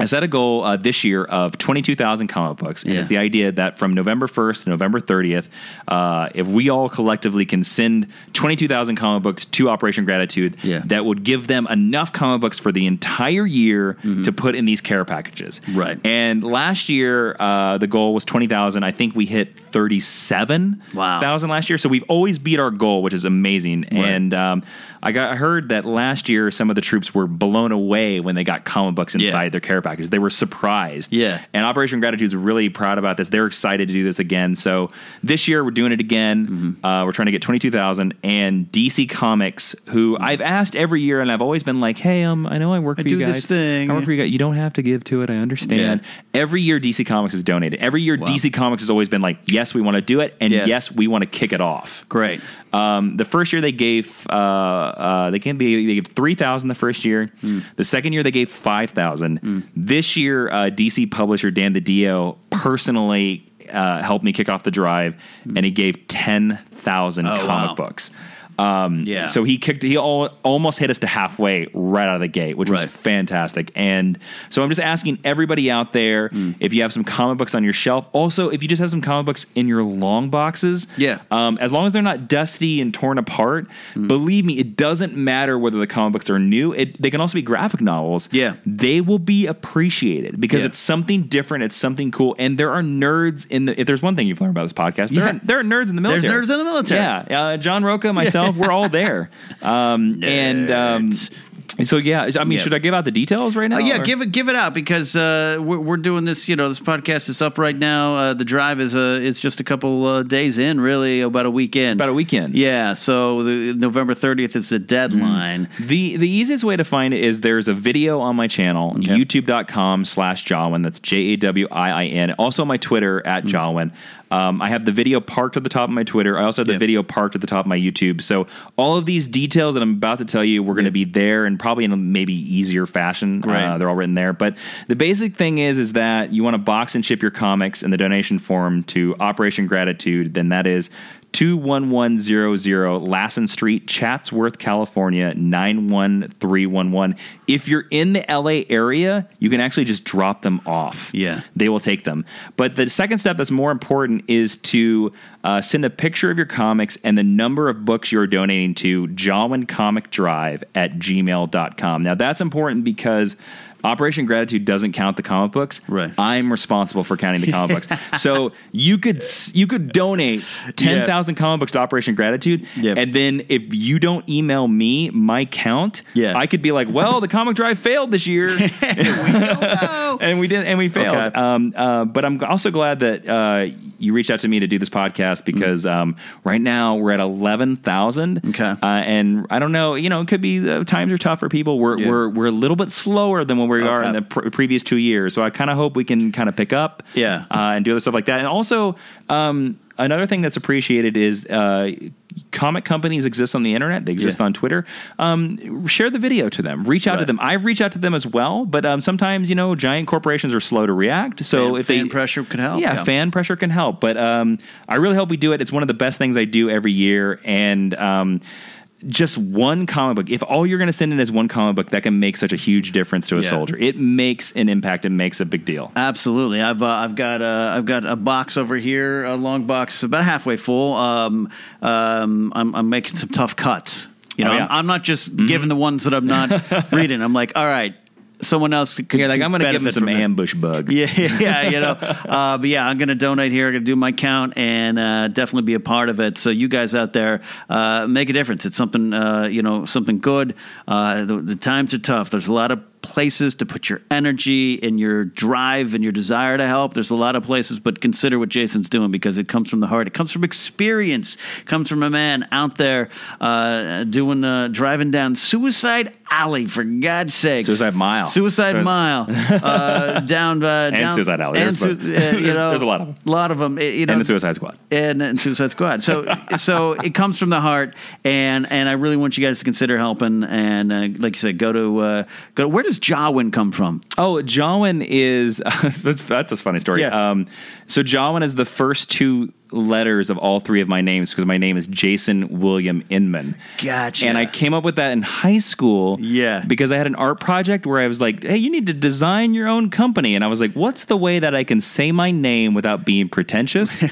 Speaker 2: I set a goal uh, this year of 22,000 comic books. And
Speaker 1: Yeah.
Speaker 2: it's the idea that from November 1st to November 30th, uh, if we all collectively can send 22,000 comic books to Operation Gratitude,
Speaker 1: Yeah.
Speaker 2: that would give them enough comic books for the entire year
Speaker 1: Mm-hmm.
Speaker 2: to put in these care packages.
Speaker 1: Right.
Speaker 2: And last year, uh, the goal was 20,000. I think we hit 37,000
Speaker 1: Wow.
Speaker 2: last year. So we've always beat our goal, which is amazing. And um, I got I heard that last year some of the troops were blown away when they got comic books inside their care packages. They were surprised.
Speaker 1: Yeah.
Speaker 2: And Operation Gratitude is really proud about this. They're excited to do this again. So this year we're doing it again.
Speaker 1: Mm-hmm.
Speaker 2: Uh, we're trying to get twenty two thousand. And DC Comics, who
Speaker 1: Mm-hmm.
Speaker 2: I've asked every year, and I've always been like, "Hey, um, I know I work for you
Speaker 1: do
Speaker 2: guys.
Speaker 1: this thing."
Speaker 2: I work for you guys. You don't have to give to it. I understand." Every year DC Comics has donated. Every year DC Comics has always been like, "Yes, we want to do it, and
Speaker 1: Yeah.
Speaker 2: yes, we want to kick it off."
Speaker 1: Great.
Speaker 2: Um, the first year they gave uh, uh, they gave they, they gave three thousand the first year.
Speaker 1: Mm.
Speaker 2: The second year they gave five thousand. This year, uh, DC publisher Dan the Dio personally uh, helped me kick off the drive, and he gave ten thousand
Speaker 1: Mm. Oh,
Speaker 2: comic
Speaker 1: wow.
Speaker 2: books. Um,
Speaker 1: Yeah.
Speaker 2: So he kicked. He all, almost hit us to halfway right out of the gate, which
Speaker 1: Right.
Speaker 2: was fantastic. And so I'm just asking everybody out there
Speaker 1: Hmm.
Speaker 2: if you have some comic books on your shelf. Also, if you just have some comic books in your long boxes,
Speaker 1: Yeah. Hmm.
Speaker 2: um, as long as they're not dusty and torn apart, believe me, it doesn't matter whether the comic books are new. It, they can also be graphic novels.
Speaker 1: Yeah.
Speaker 2: They will be appreciated because
Speaker 1: Yeah.
Speaker 2: it's something different. It's something cool. And there are nerds in the, if there's one thing you've learned about this podcast, there,
Speaker 1: Yeah.
Speaker 2: are, there are nerds in the military.
Speaker 1: nerds in the military.
Speaker 2: Yeah. Uh, John Roca, myself, we're all there. Um, and, um,
Speaker 1: Nerds.
Speaker 2: So yeah, I mean,
Speaker 1: Yeah.
Speaker 2: should I give out the details right now?
Speaker 1: Uh, yeah,
Speaker 2: or-
Speaker 1: give it give it out because uh, we're, we're doing this. You know, this podcast is up right now. Uh, the drive is uh, it's just a couple uh, days in, really, about a weekend.
Speaker 2: About a weekend.
Speaker 1: Yeah, so the, November thirtieth is the deadline.
Speaker 2: The the easiest way to find it is there's a video on my channel,
Speaker 1: Okay.
Speaker 2: youtube.com slash Jawin. That's J A W I I N. Also my Twitter at
Speaker 1: Mm-hmm.
Speaker 2: Jawin. Um, I have the video parked at the top of my Twitter. I also have the
Speaker 1: Yep.
Speaker 2: video parked at the top of my YouTube. So all of these details that I'm about to tell you, we're going to be there and probably in a maybe easier fashion.
Speaker 1: Right.
Speaker 2: Uh, they're all written there. But the basic thing is, is that you want to box and ship your comics in the donation form to Operation Gratitude. Then that is 21100 Lassen Street, Chatsworth, California, 91311. If you're in the LA area, you can actually just drop them off.
Speaker 1: Yeah.
Speaker 2: They will take them. But the second step that's more important is to uh, send a picture of your comics and the number of books you're donating to Jawin Comic Drive at gmail.com. Now, that's important because Operation Gratitude doesn't count the comic books.
Speaker 1: Right.
Speaker 2: I'm responsible for counting the comic books. So you could s- you could donate 10,000 comic books to Operation Gratitude.
Speaker 1: Yep.
Speaker 2: And then if you don't email me my count,
Speaker 1: Yeah.
Speaker 2: I could be like, well, the comic drive failed this year. and we did and we failed.
Speaker 1: Okay.
Speaker 2: Um, uh, but I'm also glad that uh, you reached out to me to do this
Speaker 1: Mm.
Speaker 2: podcast because um, right now we're at eleven thousand.
Speaker 1: Okay.
Speaker 2: uh, and I don't know. You know, it could be uh, times are tough for people. We're
Speaker 1: Yeah.
Speaker 2: we're we're a little bit slower than what we are in
Speaker 1: Okay.
Speaker 2: the pr- previous two years. So I kind of hope we can kind of pick up.
Speaker 1: Yeah.
Speaker 2: uh, and do other stuff like that. And also. Um, Another thing that's appreciated is uh, comic companies exist on the internet. They exist
Speaker 1: Yeah.
Speaker 2: on Twitter. Um, share the video to them. Reach out to
Speaker 1: Right.
Speaker 2: them. I've reached out to them as well, but um, sometimes you know giant corporations are slow to react. So
Speaker 1: Fan-
Speaker 2: if they,
Speaker 1: fan pressure could help,
Speaker 2: yeah,
Speaker 1: yeah.
Speaker 2: fan pressure can help. But um, I really hope we do it. It's one of the best things I do every year, and. Um, just one comic book. If all you're going to send in is one comic book, that can make such a huge difference to a
Speaker 1: Yeah.
Speaker 2: soldier. It makes an impact. It makes a big deal.
Speaker 1: Absolutely, I've uh, I've got uh, I've got a box over here, a long box, about halfway full. Um, um, I'm, I'm making some tough cuts. You
Speaker 2: Oh,
Speaker 1: know,
Speaker 2: yeah. Mm-hmm.
Speaker 1: I'm, I'm not just giving the ones that I'm not reading. I'm like, all right, someone else. Could,
Speaker 2: You're like,
Speaker 1: could
Speaker 2: I'm going to give him
Speaker 1: benefit
Speaker 2: some
Speaker 1: from it."
Speaker 2: ambush bug.
Speaker 1: Yeah, yeah, yeah, you know. Uh, but yeah, I'm going to donate here. I'm going to do my count and uh, definitely be a part of it. So you guys out there, uh, make a difference. It's something, uh, you know, something good. Uh, the, the times are tough. There's a lot of places to put your energy and your drive and your desire to help. There's a lot of places, but consider what Jason's doing because it comes from the heart. It comes from experience. It comes from a man out there uh, doing uh, driving down Suicide Alley for God's sake.
Speaker 2: Suicide Mile.
Speaker 1: Suicide
Speaker 2: Sorry.
Speaker 1: Mile. Uh, down uh,
Speaker 2: And
Speaker 1: down-
Speaker 2: Suicide Alley.
Speaker 1: and
Speaker 2: There's
Speaker 1: su-
Speaker 2: both.
Speaker 1: uh, you know,
Speaker 2: There's a lot of 'em.
Speaker 1: lot of them. You know,
Speaker 2: And the Suicide Squad.
Speaker 1: and, and Suicide Squad. So so it comes from the heart, and and I really want you guys to consider helping. And uh, like you said, go to uh, go. where does Jawin come from?
Speaker 2: Oh, Jawan is that's, that's a funny story.
Speaker 1: Yeah.
Speaker 2: Um, so Jawan is the first two letters of all three of my names because my name is Jason William Inman.
Speaker 1: Gotcha.
Speaker 2: And I came up with that in high school.
Speaker 1: Yeah.
Speaker 2: Because I had an art project where I was like, "Hey, you need to design your own company," and I was like, "What's the way that I can say my name without being pretentious?"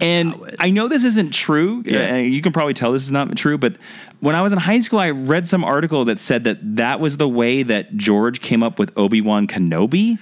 Speaker 2: And I know this isn't true. Uh,
Speaker 1: Yeah.
Speaker 2: and You can probably tell this is not true, but when I was in high school, I read some article that said that that was the way that George came up with Obi Wan Kenobi.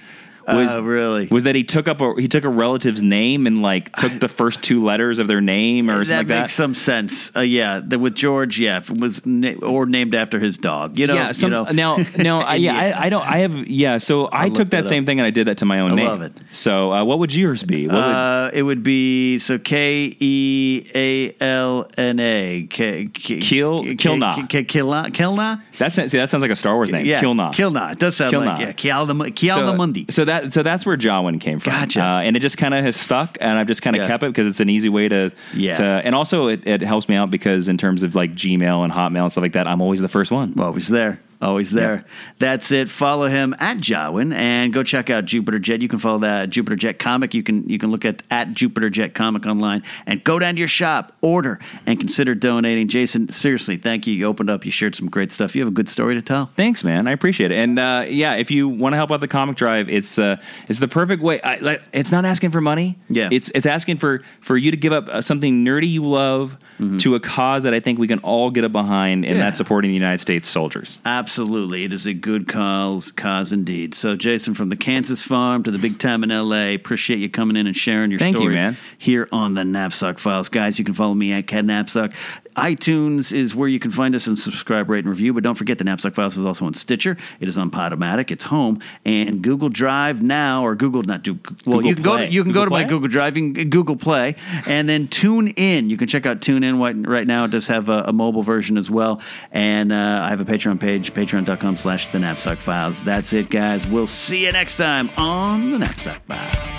Speaker 2: Was
Speaker 1: Oh, really?
Speaker 2: was that he took up a he took a relative's name and like took the first two letters of their name or
Speaker 1: that
Speaker 2: something like
Speaker 1: makes
Speaker 2: that?
Speaker 1: some sense. Uh, yeah, the, with George, yeah, if it was na- or named after his dog. You know,
Speaker 2: yeah, some,
Speaker 1: you know.
Speaker 2: now, now, I, yeah,
Speaker 1: Indiana.
Speaker 2: I, I don't, I have, yeah. So I
Speaker 1: look
Speaker 2: took that
Speaker 1: that
Speaker 2: same thing and I did that to my own
Speaker 1: I
Speaker 2: name.
Speaker 1: love it.
Speaker 2: So, uh, what would yours be? What would-
Speaker 1: Uh, it would be so K E A L N A K K-
Speaker 2: Kil-
Speaker 1: K-
Speaker 2: Kilna.
Speaker 1: K- K- Kilna Kilna
Speaker 2: that sounds, see, that sounds like a Star Wars name.
Speaker 1: yeah
Speaker 2: Kilna.
Speaker 1: Kilna it does sound
Speaker 2: Kilna.
Speaker 1: like yeah Kialda Kialdamundi
Speaker 2: So that so that's where Jawan came from.
Speaker 1: Gotcha.
Speaker 2: Uh, and it just kind of has stuck, and I've just kind of
Speaker 1: Yeah.
Speaker 2: kept it because it's an easy way to.
Speaker 1: Yeah.
Speaker 2: To, and also, it, it helps me out because in terms of like Gmail and Hotmail and stuff like that, I'm always the first one.
Speaker 1: Always there. Always there. That's it. Follow him at Jawin and go check out Jupiter Jet. You can follow that Jupiter Jet comic. You can you can look at at Jupiter Jet comic online and go down to your shop, order, and consider donating. Jason, seriously, thank you. You opened up. You shared some great stuff. You have a good story to tell.
Speaker 2: Thanks, man. I appreciate it. And uh, yeah, if you want to help out the comic drive, it's uh, it's the perfect way. I, like, it's not asking for money.
Speaker 1: Yeah.
Speaker 2: it's it's asking for for you to give up uh, something nerdy you love to a cause that I think we can all get up behind, and
Speaker 1: Mm-hmm. Yeah.
Speaker 2: that's supporting the United States soldiers.
Speaker 1: Absolutely. It is a good cause, cause indeed. So, Jason, from the Kansas farm to the big time in LA, appreciate you coming in and sharing your
Speaker 2: Thank you,
Speaker 1: story
Speaker 2: man.
Speaker 1: here on the Knapsack Files. Guys, you can follow me at Cat Knapsack. iTunes is where you can find us and subscribe, rate, and review. But don't forget, the Knapsack Files is also on Stitcher. It is on Podomatic. It's home and Google Drive now, or Google not do. Well,
Speaker 2: Google
Speaker 1: you can go. To,
Speaker 2: Play.
Speaker 1: you can go
Speaker 2: Google
Speaker 1: to my
Speaker 2: Play?
Speaker 1: Google Drive, you can Google Play, and then Tune In. You can check out Tune In right, right now. It does have a, a mobile version as well, and uh, I have a Patreon page, patreon.com/slash The Knapsack Files. That's it, guys. We'll see you next time on The Knapsack Files.